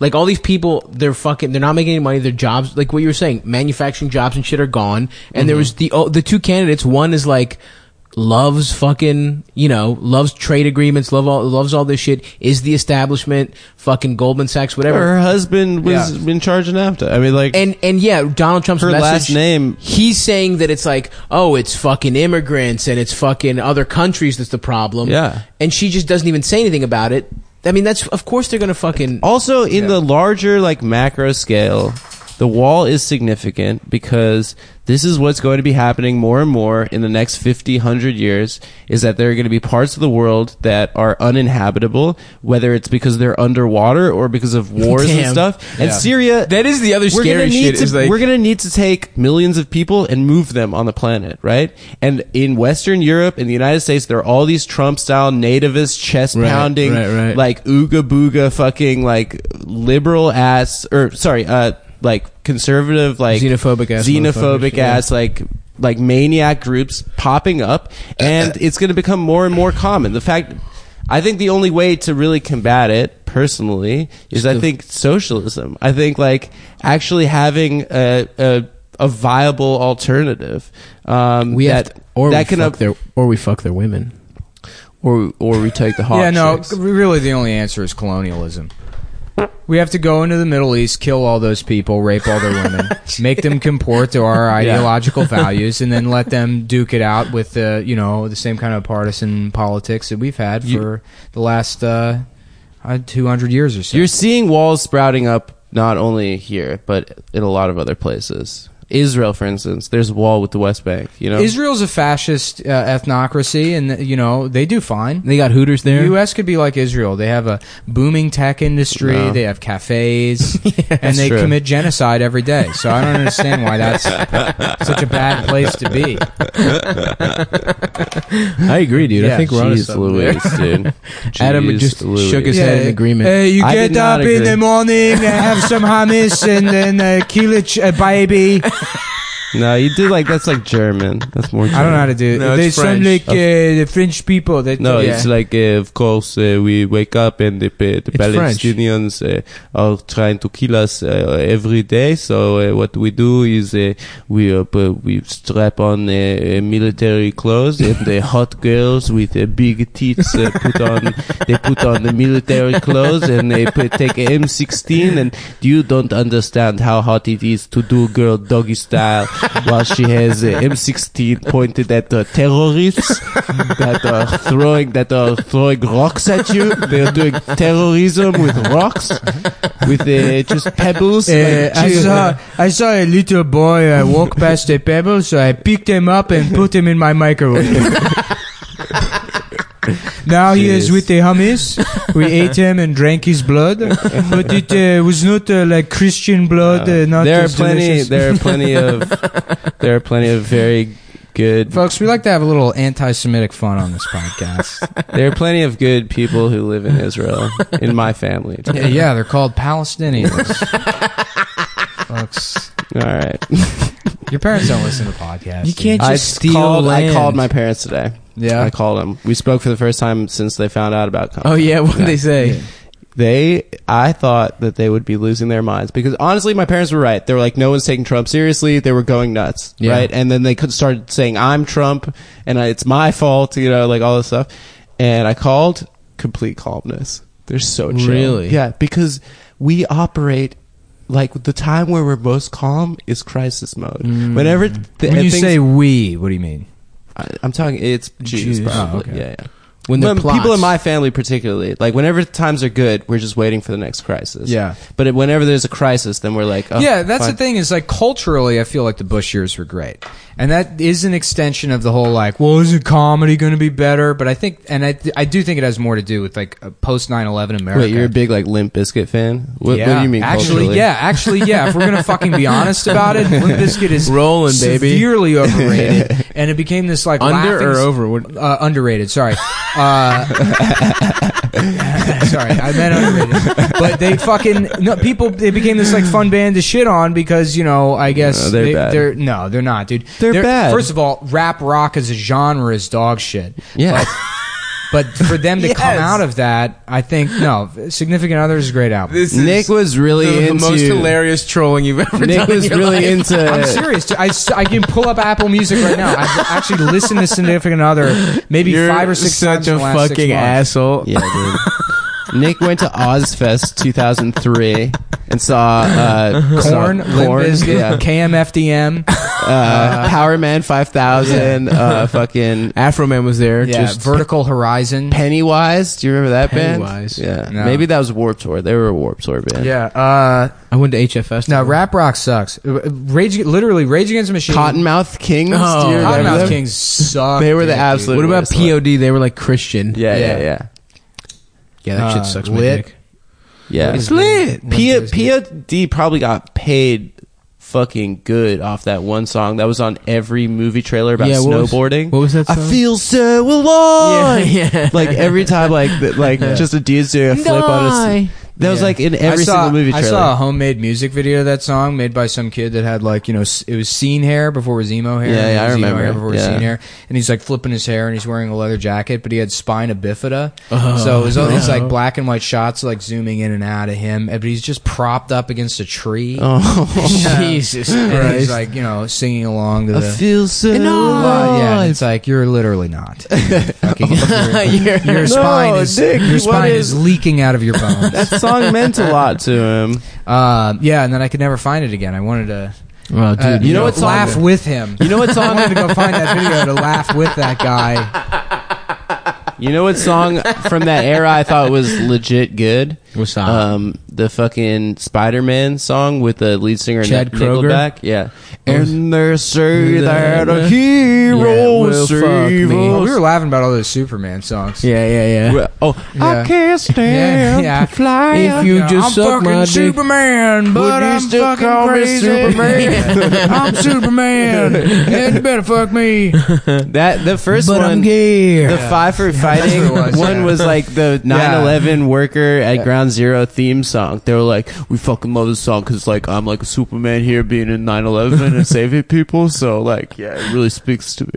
Speaker 3: Like all these people, they're fucking. They're not making any money. Their jobs, like what you were saying, manufacturing jobs and shit are gone. And there was the oh, the two candidates. One is like loves fucking you know loves trade agreements. Love all loves all this shit. Is the establishment fucking Goldman Sachs whatever?
Speaker 2: Her husband was in charge of NAFTA. I mean, like,
Speaker 3: And and yeah, Donald Trump's
Speaker 2: Her
Speaker 3: message,
Speaker 2: last name-
Speaker 3: He's saying that it's like, oh, it's fucking immigrants and it's fucking other countries that's the problem.
Speaker 2: Yeah.
Speaker 3: and she just doesn't even say anything about it. I mean, that's of course they're gonna fucking.
Speaker 2: also in the larger, like, macro scale, the wall is significant because this is what's going to be happening more and more in the next 50, 100 years is that there are going to be parts of the world that are uninhabitable, whether it's because they're underwater or because of wars and
Speaker 3: Damn.
Speaker 2: stuff. And Syria.
Speaker 3: That is the other
Speaker 2: we're gonna
Speaker 3: scary
Speaker 2: need
Speaker 3: shit
Speaker 2: to-
Speaker 3: is, like-
Speaker 2: we're going to need to take millions of people and move them on the planet, right? And in Western Europe and the United States, there are all these Trump style nativist chest pounding,
Speaker 3: right, right.
Speaker 2: like ooga booga fucking like liberal ass or sorry, uh, like conservative, like
Speaker 3: Xenophobic ass motherfuckers,
Speaker 2: xenophobic
Speaker 3: yeah.
Speaker 2: ass, like like maniac groups popping up, and it's going to become more and more common. The fact. I think the only way to really combat it personally is I think socialism. I think like actually having a a, a viable alternative um,
Speaker 3: We have
Speaker 2: that
Speaker 3: to- or
Speaker 2: that
Speaker 3: we
Speaker 2: can
Speaker 3: fuck
Speaker 2: up
Speaker 3: their or we fuck their women.
Speaker 2: or or we take the hot
Speaker 1: yeah, no.
Speaker 2: chicks.
Speaker 1: Really, the only answer is colonialism. We have to go into the Middle East, kill all those people, rape all their women, make them comport to our ideological values, and then let them duke it out with the you know the same kind of partisan politics that we've had for the last uh, two hundred years or so.
Speaker 2: You're seeing walls sprouting up not only here but in a lot of other places. Israel, for instance, there's a wall with the West Bank. You know,
Speaker 1: Israel's a fascist uh, ethnocracy, and you know they do fine.
Speaker 3: They got Hooters there.
Speaker 1: The U.S. could be like Israel. They have a booming tech industry.
Speaker 2: No.
Speaker 1: They have cafes, and they
Speaker 2: true.
Speaker 1: commit genocide every day. So I don't understand why that's such a bad place to be.
Speaker 3: I agree, dude.
Speaker 1: Yeah,
Speaker 3: I think we're on
Speaker 2: Jeez Louise, dude.
Speaker 3: Adam
Speaker 2: Jeez
Speaker 3: just
Speaker 2: Louise.
Speaker 3: shook his head. in agreement.
Speaker 1: Hey, you
Speaker 2: I
Speaker 1: get
Speaker 2: did
Speaker 1: up
Speaker 2: not
Speaker 1: in
Speaker 2: agree.
Speaker 1: the morning, and have some hummus, and then uh, kill a, ch- a baby.
Speaker 2: No, you do like that's like German. That's more. German.
Speaker 1: I don't know how to do it.
Speaker 4: No,
Speaker 1: they
Speaker 4: it's
Speaker 1: sound
Speaker 4: French.
Speaker 1: like uh, the French people. They
Speaker 2: No,
Speaker 1: yeah.
Speaker 2: it's like uh, of course uh, we wake up and the, pa- the Palestinians uh, are trying to kill us uh, every day. So uh, what we do is uh, we uh, p- we strap on uh, uh, military clothes and the hot girls with uh, big tits uh, put on they put on the military clothes and they put, take a M16 and you don't understand how hot it is to do girl doggy style while she has a M16 pointed at the terrorists that are throwing that are throwing rocks at you. They are doing terrorism with rocks, with uh, just pebbles.
Speaker 1: Uh,
Speaker 2: Like,
Speaker 1: I
Speaker 2: Jesus.
Speaker 1: saw I saw a little boy uh, walk past a pebble, so I picked him up and put him in my microwave. now he is
Speaker 2: Jeez.
Speaker 1: with the hummus. We ate him and drank his blood, but it uh, was not uh, like Christian blood. Uh, not
Speaker 2: there are
Speaker 1: as
Speaker 2: plenty.
Speaker 1: delicious.
Speaker 2: There are plenty of there are plenty of very good.
Speaker 1: Folks, we like to have a little anti-Semitic fun on this podcast.
Speaker 2: There are plenty of good people who live in Israel. In my family,
Speaker 1: yeah, yeah, they're called Palestinians. Folks,
Speaker 2: all right.
Speaker 1: your parents don't listen to podcasts.
Speaker 3: You can't
Speaker 2: I
Speaker 3: just steal
Speaker 2: called.
Speaker 3: land.
Speaker 2: I called my parents today.
Speaker 1: Yeah.
Speaker 2: I called them. We spoke for the first time since they found out about. Comcast.
Speaker 3: Oh yeah, what did they say?
Speaker 2: they i thought that they would be losing their minds because honestly my parents were right they were like no one's taking trump seriously they were going nuts
Speaker 3: Yeah.
Speaker 2: right and then they could started saying i'm trump and I, it's my fault you know like all this stuff and i called complete calmness they're so chill
Speaker 3: Really?
Speaker 2: yeah because we operate like the time where we're most calm is crisis mode
Speaker 3: Mm.
Speaker 2: whenever th-
Speaker 1: when you
Speaker 2: things-
Speaker 1: say we, what do you mean?
Speaker 2: I, i'm talking it's jews
Speaker 1: Jews.
Speaker 2: probably
Speaker 1: Oh, okay.
Speaker 2: yeah yeah
Speaker 3: When they're
Speaker 2: But people in
Speaker 3: plots.
Speaker 2: my family, particularly, like whenever times are good, we're just waiting for the next crisis.
Speaker 1: Yeah.
Speaker 2: But it- whenever there's a crisis, then we're like, oh,
Speaker 1: yeah, that's
Speaker 2: fine.
Speaker 1: the thing is like culturally, I feel like the Bush years were great, and that is an extension of the whole like, well, isn't comedy going to be better? But I think, and I, I do think it has more to do with like post 9-11 America.
Speaker 2: Wait, you're a big like Limp Biscuit fan? What, what do you mean?
Speaker 1: Actually,
Speaker 2: culturally?
Speaker 1: yeah, actually, yeah. If we're gonna fucking be honest about it, Limp Bizkit is
Speaker 3: Rolling, baby.
Speaker 1: severely overrated, and it became this like
Speaker 3: Under or
Speaker 1: laughing-
Speaker 3: over? What-
Speaker 1: Uh, underrated. Sorry. Uh, sorry, I meant underrated. But they fucking no people. They became this like fun band to shit on because you know I guess
Speaker 2: No, they're
Speaker 1: they,
Speaker 2: bad.
Speaker 1: they're no, they're not, dude.
Speaker 2: They're bad.
Speaker 1: First of all, rap rock as a genre is dog shit.
Speaker 2: Yeah.
Speaker 1: But for them to come
Speaker 4: Yes.
Speaker 1: out of that, I think no. Significant Other is a great album.
Speaker 4: This
Speaker 2: Nick
Speaker 4: is
Speaker 2: was really
Speaker 4: the, the
Speaker 2: into
Speaker 4: most hilarious trolling you've ever
Speaker 2: Nick
Speaker 4: done. in
Speaker 2: was
Speaker 4: your
Speaker 2: really
Speaker 4: life.
Speaker 2: into
Speaker 1: I'm serious. dude. I, s- I can pull up Apple Music right now. I've actually listened to Significant Other maybe
Speaker 3: You're
Speaker 1: five or six
Speaker 3: such
Speaker 1: times in
Speaker 3: a
Speaker 1: the last
Speaker 3: fucking
Speaker 1: six months.
Speaker 3: asshole.
Speaker 2: Yeah, dude. Nick went to Ozfest 2003 and saw uh,
Speaker 1: Corn,
Speaker 2: saw
Speaker 1: Limp Bizkit,
Speaker 2: yeah,
Speaker 1: KMFDM,
Speaker 2: uh, Power Man 5000, uh, fucking
Speaker 3: Afro Man was there.
Speaker 1: yeah,
Speaker 3: just
Speaker 1: Vertical Horizon.
Speaker 2: Pennywise. Do you remember that band?
Speaker 3: Pennywise.
Speaker 2: Yeah,
Speaker 1: No.
Speaker 2: maybe that was Warp Tour. They were a Warp Tour band.
Speaker 1: yeah. Uh,
Speaker 3: I went to HFS.
Speaker 1: no, rap rock sucks. Uh, Rage, literally, Rage Against the Machine.
Speaker 2: Cottonmouth Kings.
Speaker 3: Oh,
Speaker 2: do you remember
Speaker 1: Cottonmouth
Speaker 2: them?
Speaker 1: Kings suck.
Speaker 2: They were the
Speaker 1: dude.
Speaker 2: absolute.
Speaker 3: What about
Speaker 2: worst one.
Speaker 3: POD? They were like Christian.
Speaker 2: Yeah,
Speaker 1: Yeah.
Speaker 2: yeah, yeah,
Speaker 3: yeah that
Speaker 1: Uh,
Speaker 3: shit sucks. my
Speaker 1: Lit.
Speaker 3: dick.
Speaker 2: yeah.
Speaker 1: It's lit. Limp
Speaker 2: P-
Speaker 1: Bizkit.
Speaker 2: POD probably got paid fucking good off that one song that was on every movie trailer about
Speaker 3: Yeah, what was-
Speaker 2: snowboarding.
Speaker 3: what was that song?
Speaker 2: I feel so alive.
Speaker 3: Yeah, yeah.
Speaker 2: Like every time, like th- like just a dude's doing a flip on a. s- That was
Speaker 1: Yeah.
Speaker 2: like in
Speaker 1: I
Speaker 2: every
Speaker 1: saw-
Speaker 2: single movie trailer.
Speaker 1: I saw a homemade music video of that song made by some kid that had like you know s- it was scene hair before it was emo hair.
Speaker 2: Yeah,
Speaker 1: and
Speaker 2: yeah,
Speaker 1: it was
Speaker 2: I
Speaker 1: Emo
Speaker 2: remember.
Speaker 1: hair before it was
Speaker 2: Yeah.
Speaker 1: scene hair, and he's like flipping his hair and he's wearing a leather jacket, but he had spina bifida, so it
Speaker 2: Oh.
Speaker 1: was all these like black and white shots like zooming in and out of him, and- but he's just propped up against a tree.
Speaker 2: Oh,
Speaker 3: Jesus
Speaker 1: And he's
Speaker 3: Christ.
Speaker 1: like, you know, singing along to
Speaker 2: I
Speaker 1: the.
Speaker 2: feel so alive.
Speaker 1: yeah, and it's like you're literally not. Fucking- your your
Speaker 2: No,
Speaker 1: spine is
Speaker 2: Dick,
Speaker 1: your
Speaker 2: what
Speaker 1: spine
Speaker 2: is-
Speaker 1: is leaking out of your bones.
Speaker 2: That song meant a lot to him.
Speaker 1: Um, yeah, and then I could never find it again. I wanted to,
Speaker 3: Well,
Speaker 1: uh,
Speaker 3: dude,
Speaker 2: you know what's on
Speaker 1: laugh
Speaker 2: there?
Speaker 1: with him.
Speaker 2: You know what
Speaker 1: I
Speaker 2: song?
Speaker 1: wanted to go find that video to laugh with that guy.
Speaker 2: You know what song from that era I thought was legit good?
Speaker 3: What's that?
Speaker 2: Um, the fucking Spider Man song with the lead singer
Speaker 3: Chad
Speaker 2: Nic-
Speaker 3: Kroeger?
Speaker 2: Nickelback. Yeah. And they say that a
Speaker 3: Yeah,
Speaker 2: hero
Speaker 3: well, fuck
Speaker 2: save
Speaker 3: me.
Speaker 1: Well,
Speaker 2: us.
Speaker 1: we were laughing about all those Superman songs.
Speaker 3: yeah, yeah, yeah.
Speaker 2: Well, Oh,
Speaker 1: Yeah.
Speaker 2: I can't stand
Speaker 1: Yeah, yeah.
Speaker 2: to fly.
Speaker 3: If you just
Speaker 1: I'm
Speaker 3: suck
Speaker 1: fucking
Speaker 3: my dick.
Speaker 1: Superman, but
Speaker 2: you
Speaker 1: I'm
Speaker 2: still
Speaker 1: fucking
Speaker 2: call me
Speaker 1: crazy.
Speaker 2: Superman?
Speaker 1: I'm Superman, and you better fuck me.
Speaker 2: that the first
Speaker 3: But
Speaker 2: one.
Speaker 3: I'm gay.
Speaker 2: The five for fighting
Speaker 1: what it was,
Speaker 2: one
Speaker 1: yeah.
Speaker 2: was like the 9/11 worker at Ground Zero theme song. They were like, "We fucking love this song because like I'm like a Superman here, being in 9/11 and saving people." So like, yeah, it really speaks to me.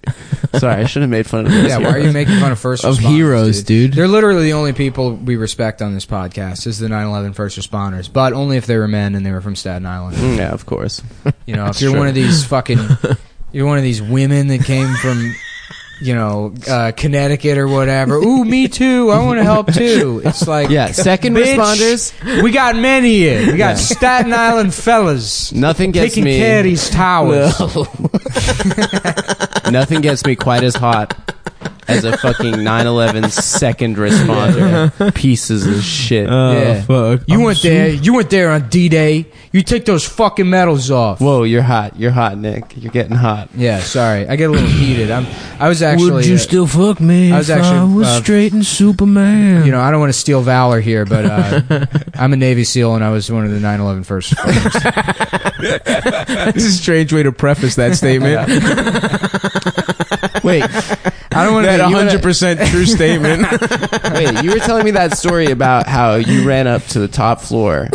Speaker 2: Sorry, I should have made fun of this.
Speaker 1: Yeah, why are you making fun of first
Speaker 3: Of
Speaker 1: responders,
Speaker 3: heroes, dude.
Speaker 1: They're literally the only people we respect on this podcast is the 9/11 first responders, but only if they were men and they were from Staten Island.
Speaker 2: Mm, Yeah, of course.
Speaker 1: You know, if you're
Speaker 2: true.
Speaker 1: one of these fucking, you're one of these women that came from, you know, uh, Connecticut or whatever. Ooh, me too. I want to help too. It's like,
Speaker 2: Yeah, second
Speaker 1: Bitch.
Speaker 2: responders.
Speaker 1: we got men here. We got Staten Island fellas
Speaker 2: Nothing gets
Speaker 1: taking
Speaker 2: me.
Speaker 1: care of these towers.
Speaker 2: Nothing gets me quite as hot as a fucking 9/11 second responder. Pieces of shit.
Speaker 3: Oh,
Speaker 1: Yeah.
Speaker 3: fuck.
Speaker 1: You went there. You went there on D-Day. You take those fucking medals off.
Speaker 2: Whoa, you're hot. You're hot, Nick. You're getting hot.
Speaker 1: Yeah, sorry. I get a little heated. I'm. I was actually.
Speaker 3: Would you
Speaker 1: uh,
Speaker 3: still fuck me?
Speaker 1: I was
Speaker 3: if
Speaker 1: actually,
Speaker 3: I was
Speaker 1: uh,
Speaker 3: straight and Superman.
Speaker 1: you know, I don't want to steal valor here, but uh, I'm a Navy SEAL and I was one of the 9/11 first. responders.
Speaker 3: that's a strange way to preface that statement.
Speaker 2: Wait,
Speaker 1: I don't want
Speaker 3: that
Speaker 1: to.
Speaker 2: you wanna-
Speaker 3: 100 percent true statement.
Speaker 2: Wait, you were telling me that story about how you ran up to the top floor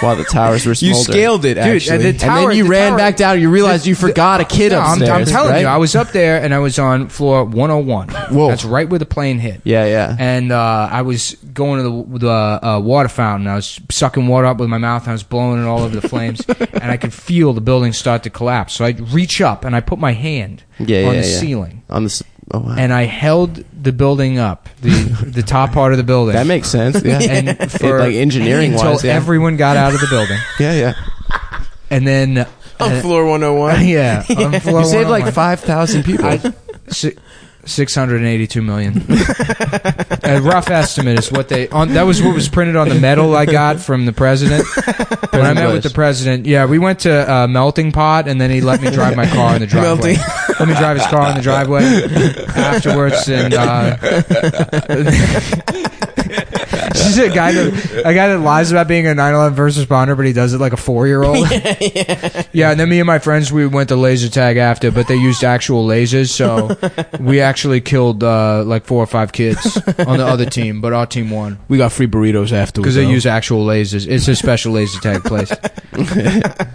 Speaker 2: while the towers were
Speaker 3: Mm-hmm. you
Speaker 2: smoldering.
Speaker 3: scaled it,
Speaker 1: Dude,
Speaker 3: actually.
Speaker 1: the tower-
Speaker 2: and then you
Speaker 1: the
Speaker 2: ran
Speaker 1: tower-
Speaker 2: back down. You realized you forgot a kid
Speaker 1: No, I'm,
Speaker 2: upstairs.
Speaker 1: I'm telling
Speaker 2: right?
Speaker 1: you, I was up there and I was on floor 101.
Speaker 2: Whoa.
Speaker 1: That's right where the plane hit.
Speaker 2: Yeah, yeah.
Speaker 1: And uh, I was going to the, the uh, water fountain. I was sucking water up with my mouth and I was blowing it all over the flames. and I could feel the building start to collapse. So I reach up and I put my hand
Speaker 2: Yeah,
Speaker 1: on
Speaker 2: yeah,
Speaker 1: the
Speaker 2: yeah.
Speaker 1: ceiling.
Speaker 2: On the. s- Oh wow.
Speaker 1: And I held the building up, the, the top part of the building.
Speaker 2: that makes sense. Yeah.
Speaker 1: and for,
Speaker 2: like engineering
Speaker 1: until
Speaker 2: wise, yeah.
Speaker 1: everyone got out of the building.
Speaker 2: yeah, yeah.
Speaker 1: And then,
Speaker 3: on floor 101.
Speaker 1: yeah, on floor
Speaker 2: You saved like
Speaker 1: 101.
Speaker 2: five thousand people.
Speaker 1: I, si- 682 million. a rough estimate is what they on that was what was printed on the medal I got from the president. when I met with the
Speaker 2: Bush.
Speaker 1: president, yeah, we went to uh, melting pot and then he let me drive my car in the driveway.
Speaker 3: Melting.
Speaker 1: let me drive his car in the driveway afterwards and uh, She's a guy that a guy that lies about being a 9/11 first responder, but he does it like a four year old. Yeah, and then me and my friends we went to laser tag after, but they used actual lasers, so we actually killed uh, like four or five kids on the other team, but our team won
Speaker 3: We got free burritos afterwards.
Speaker 1: because they use actual lasers. It's a special laser tag place. and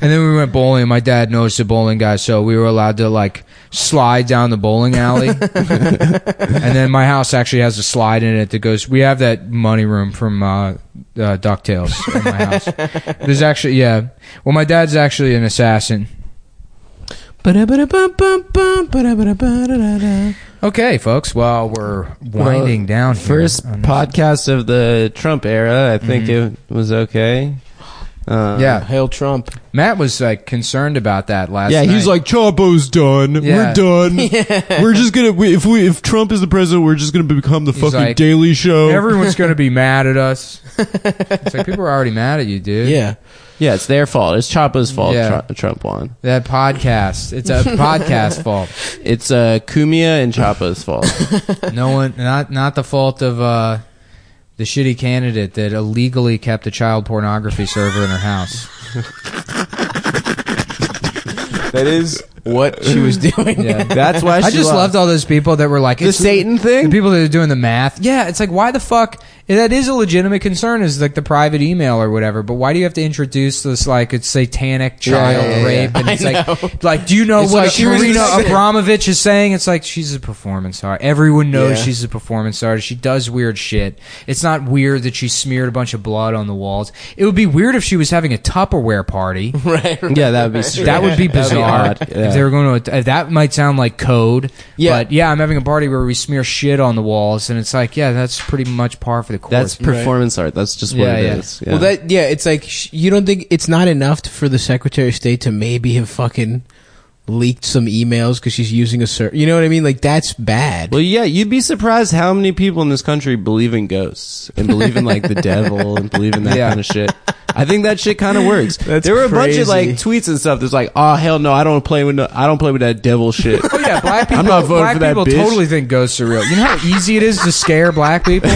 Speaker 1: then we went bowling. and My dad knows the bowling guy, so we were allowed to like slide down the bowling alley. and then my house actually has a slide in it that goes. We have that money room from uh, uh, Ducktales in my house. There's actually yeah. Well, my dad's actually an assassin. Okay, folks. Well, we're winding down. here
Speaker 2: First
Speaker 1: on this-
Speaker 2: podcast of the Trump era. I think it was okay. Uh,
Speaker 1: Mm-hmm. Yeah,
Speaker 3: Hail Trump.
Speaker 1: Matt was like concerned about that last.
Speaker 2: Yeah,
Speaker 1: night.
Speaker 2: he's like Chabo's done.
Speaker 1: Yeah.
Speaker 2: We're done. We're just gonna we, if we if Trump is the president, we're just gonna become the
Speaker 1: He's
Speaker 2: fucking
Speaker 1: like,
Speaker 2: Daily Show.
Speaker 1: Everyone's going to be mad at us. It's like people are already mad at you, dude.
Speaker 3: Yeah.
Speaker 2: yeah, it's their fault. It's Chabo's fault.
Speaker 1: Yeah.
Speaker 2: Tru- Trump won.
Speaker 1: That podcast. It's a podcast fault.
Speaker 2: It's uh, Kumia and Chabo's fault.
Speaker 1: No one not not the fault of uh the shitty candidate that illegally kept a child pornography server in her house.
Speaker 2: that is.
Speaker 3: What she was doing.
Speaker 1: Yeah.
Speaker 2: That's why
Speaker 1: I just loved all those people that were like
Speaker 2: the
Speaker 1: it's-
Speaker 2: Satan
Speaker 1: the
Speaker 2: thing.
Speaker 1: people that are doing the math. Yeah, it's like why the fuck that is a legitimate concern is like the private email or whatever, but why do you have to introduce this like it's satanic child
Speaker 2: yeah, yeah.
Speaker 1: rape and it's like like do you know
Speaker 3: It's
Speaker 1: what
Speaker 3: like she was
Speaker 1: Karina
Speaker 3: just-
Speaker 1: Abramovich is saying? It's like she's a performance artist. Everyone knows
Speaker 3: Yeah.
Speaker 1: she's a performance artist. She does weird shit. It's not weird that she smeared a bunch of blood on the walls. It would be weird if she was having a Tupperware party.
Speaker 2: Yeah, that would be strange.
Speaker 1: That would be bizarre.
Speaker 2: odd, yeah.
Speaker 1: If they were going to, uh, that might sound like code.
Speaker 3: Yeah.
Speaker 1: But yeah, I'm having a party where we smear shit on the walls, and it's like, yeah, that's pretty much par for the course.
Speaker 2: That's performance art. That's just what
Speaker 1: Yeah,
Speaker 2: it
Speaker 1: yeah.
Speaker 2: is.
Speaker 3: Well, that yeah, it's like sh- you don't think it's not enough t- for the Secretary of State to maybe have fucking leaked some emails because she's using a certain. You know what I mean? Like that's bad.
Speaker 2: Well, yeah, you'd be surprised how many people in this country believe in ghosts and believe in like the devil and believe in that
Speaker 1: Yeah.
Speaker 2: kind of shit. I think that shit kind of works.
Speaker 3: That's
Speaker 2: there were a bunch of like
Speaker 3: crazy.
Speaker 2: tweets and stuff that's like, "Oh hell no, I don't play with no, I don't play with that devil shit."
Speaker 1: Oh yeah, black people.
Speaker 2: I'm not voting
Speaker 1: black
Speaker 2: for that
Speaker 1: people
Speaker 2: bitch.
Speaker 1: totally think ghosts are real. You know how easy it is to scare black people.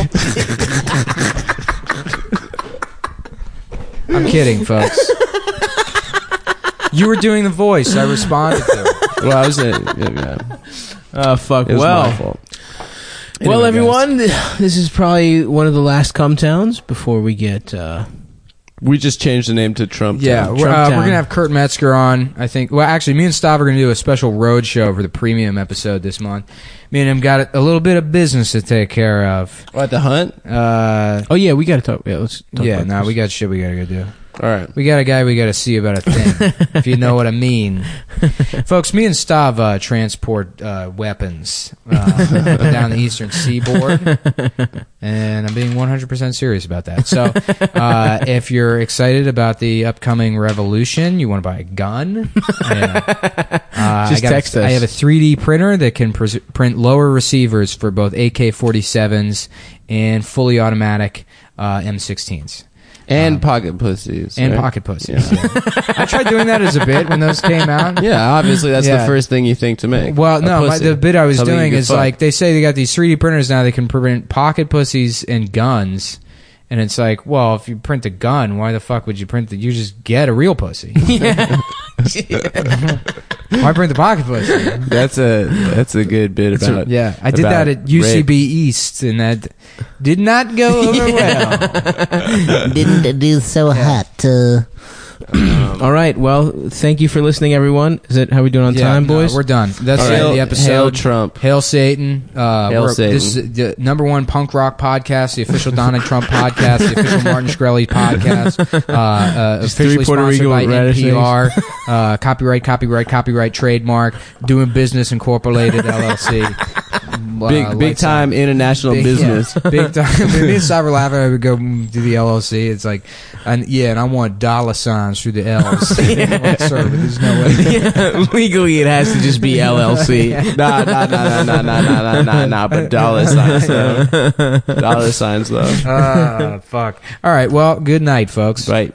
Speaker 1: I'm kidding, folks. You were doing the voice. I responded to. it.
Speaker 2: well, I was, uh, yeah, yeah.
Speaker 3: Uh, fuck.
Speaker 2: it was
Speaker 3: well,
Speaker 2: my fault.
Speaker 3: well,
Speaker 2: Anyway, guys,
Speaker 3: everyone, this is probably one of the last come towns before we get. Uh,
Speaker 2: we just changed the name to Trump.
Speaker 1: Yeah,
Speaker 2: Town.
Speaker 1: we're, uh,
Speaker 3: Trump
Speaker 1: we're
Speaker 3: Town.
Speaker 1: gonna have Kurt Metzger on. I think. Well, actually, me and Stav are gonna do a special road show for the premium episode this month. Me and him got a- a little bit of business to take care of.
Speaker 2: We're at the hunt.
Speaker 1: Uh,
Speaker 3: oh yeah, we got to talk. Yeah, let's. Talk
Speaker 1: yeah,
Speaker 3: about
Speaker 1: no,
Speaker 3: this.
Speaker 1: we got shit we gotta go do.
Speaker 2: All right,
Speaker 1: We got a guy we gotta see about a thing, if you know what I mean, folks. Me and Stav uh, transport uh, weapons uh, down the eastern seaboard, and I'm being 100 percent serious about that. So, uh, if you're excited about the upcoming revolution, you want to buy a gun. yeah. Uh,
Speaker 3: Just
Speaker 1: I got a-
Speaker 3: text us.
Speaker 1: I have a 3D printer that can pres print lower receivers for both AK-47s and fully automatic uh, M16s
Speaker 2: and pocket pussies
Speaker 1: Um, and
Speaker 2: right?
Speaker 1: pocket pussies. Yeah. I tried doing that as a bit when those came out.
Speaker 2: Yeah, obviously that's
Speaker 1: Yeah.
Speaker 2: the first thing you think to make.
Speaker 1: Well,
Speaker 2: A
Speaker 1: no, my,
Speaker 2: pussy.
Speaker 1: the bit I was
Speaker 2: Something you
Speaker 1: doing
Speaker 2: could
Speaker 1: is
Speaker 2: fuck.
Speaker 1: like they say they got these 3D printers now that can print pocket pussies and guns. And it's like, well, if you print a gun, why the fuck would you print the? You just get a real pussy. why print the pocket pussy?
Speaker 2: that's a that's a good bit
Speaker 1: It's a-
Speaker 2: about.
Speaker 1: yeah, I did
Speaker 2: about
Speaker 1: that at UCB
Speaker 2: rape.
Speaker 1: East, and that did not go over well.
Speaker 5: didn't it do so hot. Uh,
Speaker 3: All right. Well, thank you for listening, everyone. Is that how we doing on
Speaker 1: Yeah,
Speaker 3: time,
Speaker 1: no,
Speaker 3: boys?
Speaker 1: We're done. That's
Speaker 2: All
Speaker 1: the end of
Speaker 2: right.
Speaker 1: the episode.
Speaker 2: Hail Trump.
Speaker 1: Hail Satan. Uh,
Speaker 2: Hail
Speaker 1: we're-
Speaker 2: Satan.
Speaker 1: This is the number one punk rock podcast, the official Donald Trump podcast, the official Martin Shkreli podcast, uh, uh, officially
Speaker 3: three Puerto
Speaker 1: sponsored
Speaker 3: Rican
Speaker 1: by
Speaker 3: radish
Speaker 1: NPR, uh, copyright, copyright, copyright, trademark, doing business incorporated LLC. Uh,
Speaker 2: big big
Speaker 1: lights out.
Speaker 2: time international
Speaker 1: Big-
Speaker 2: business.
Speaker 1: yeah, big time. Me and Cyber laughing. I would go mm, to the LLC. It's like, and yeah, and I want dollar signs through the L's. Sir, there's no way.
Speaker 3: Legally, it has to just be LLC.
Speaker 2: Nah, nah, nah, nah, nah, nah, nah, nah, nah, nah, but dollar signs though. Dollar signs though.
Speaker 1: Ah, fuck. All right. Well, good night, folks.
Speaker 2: Right.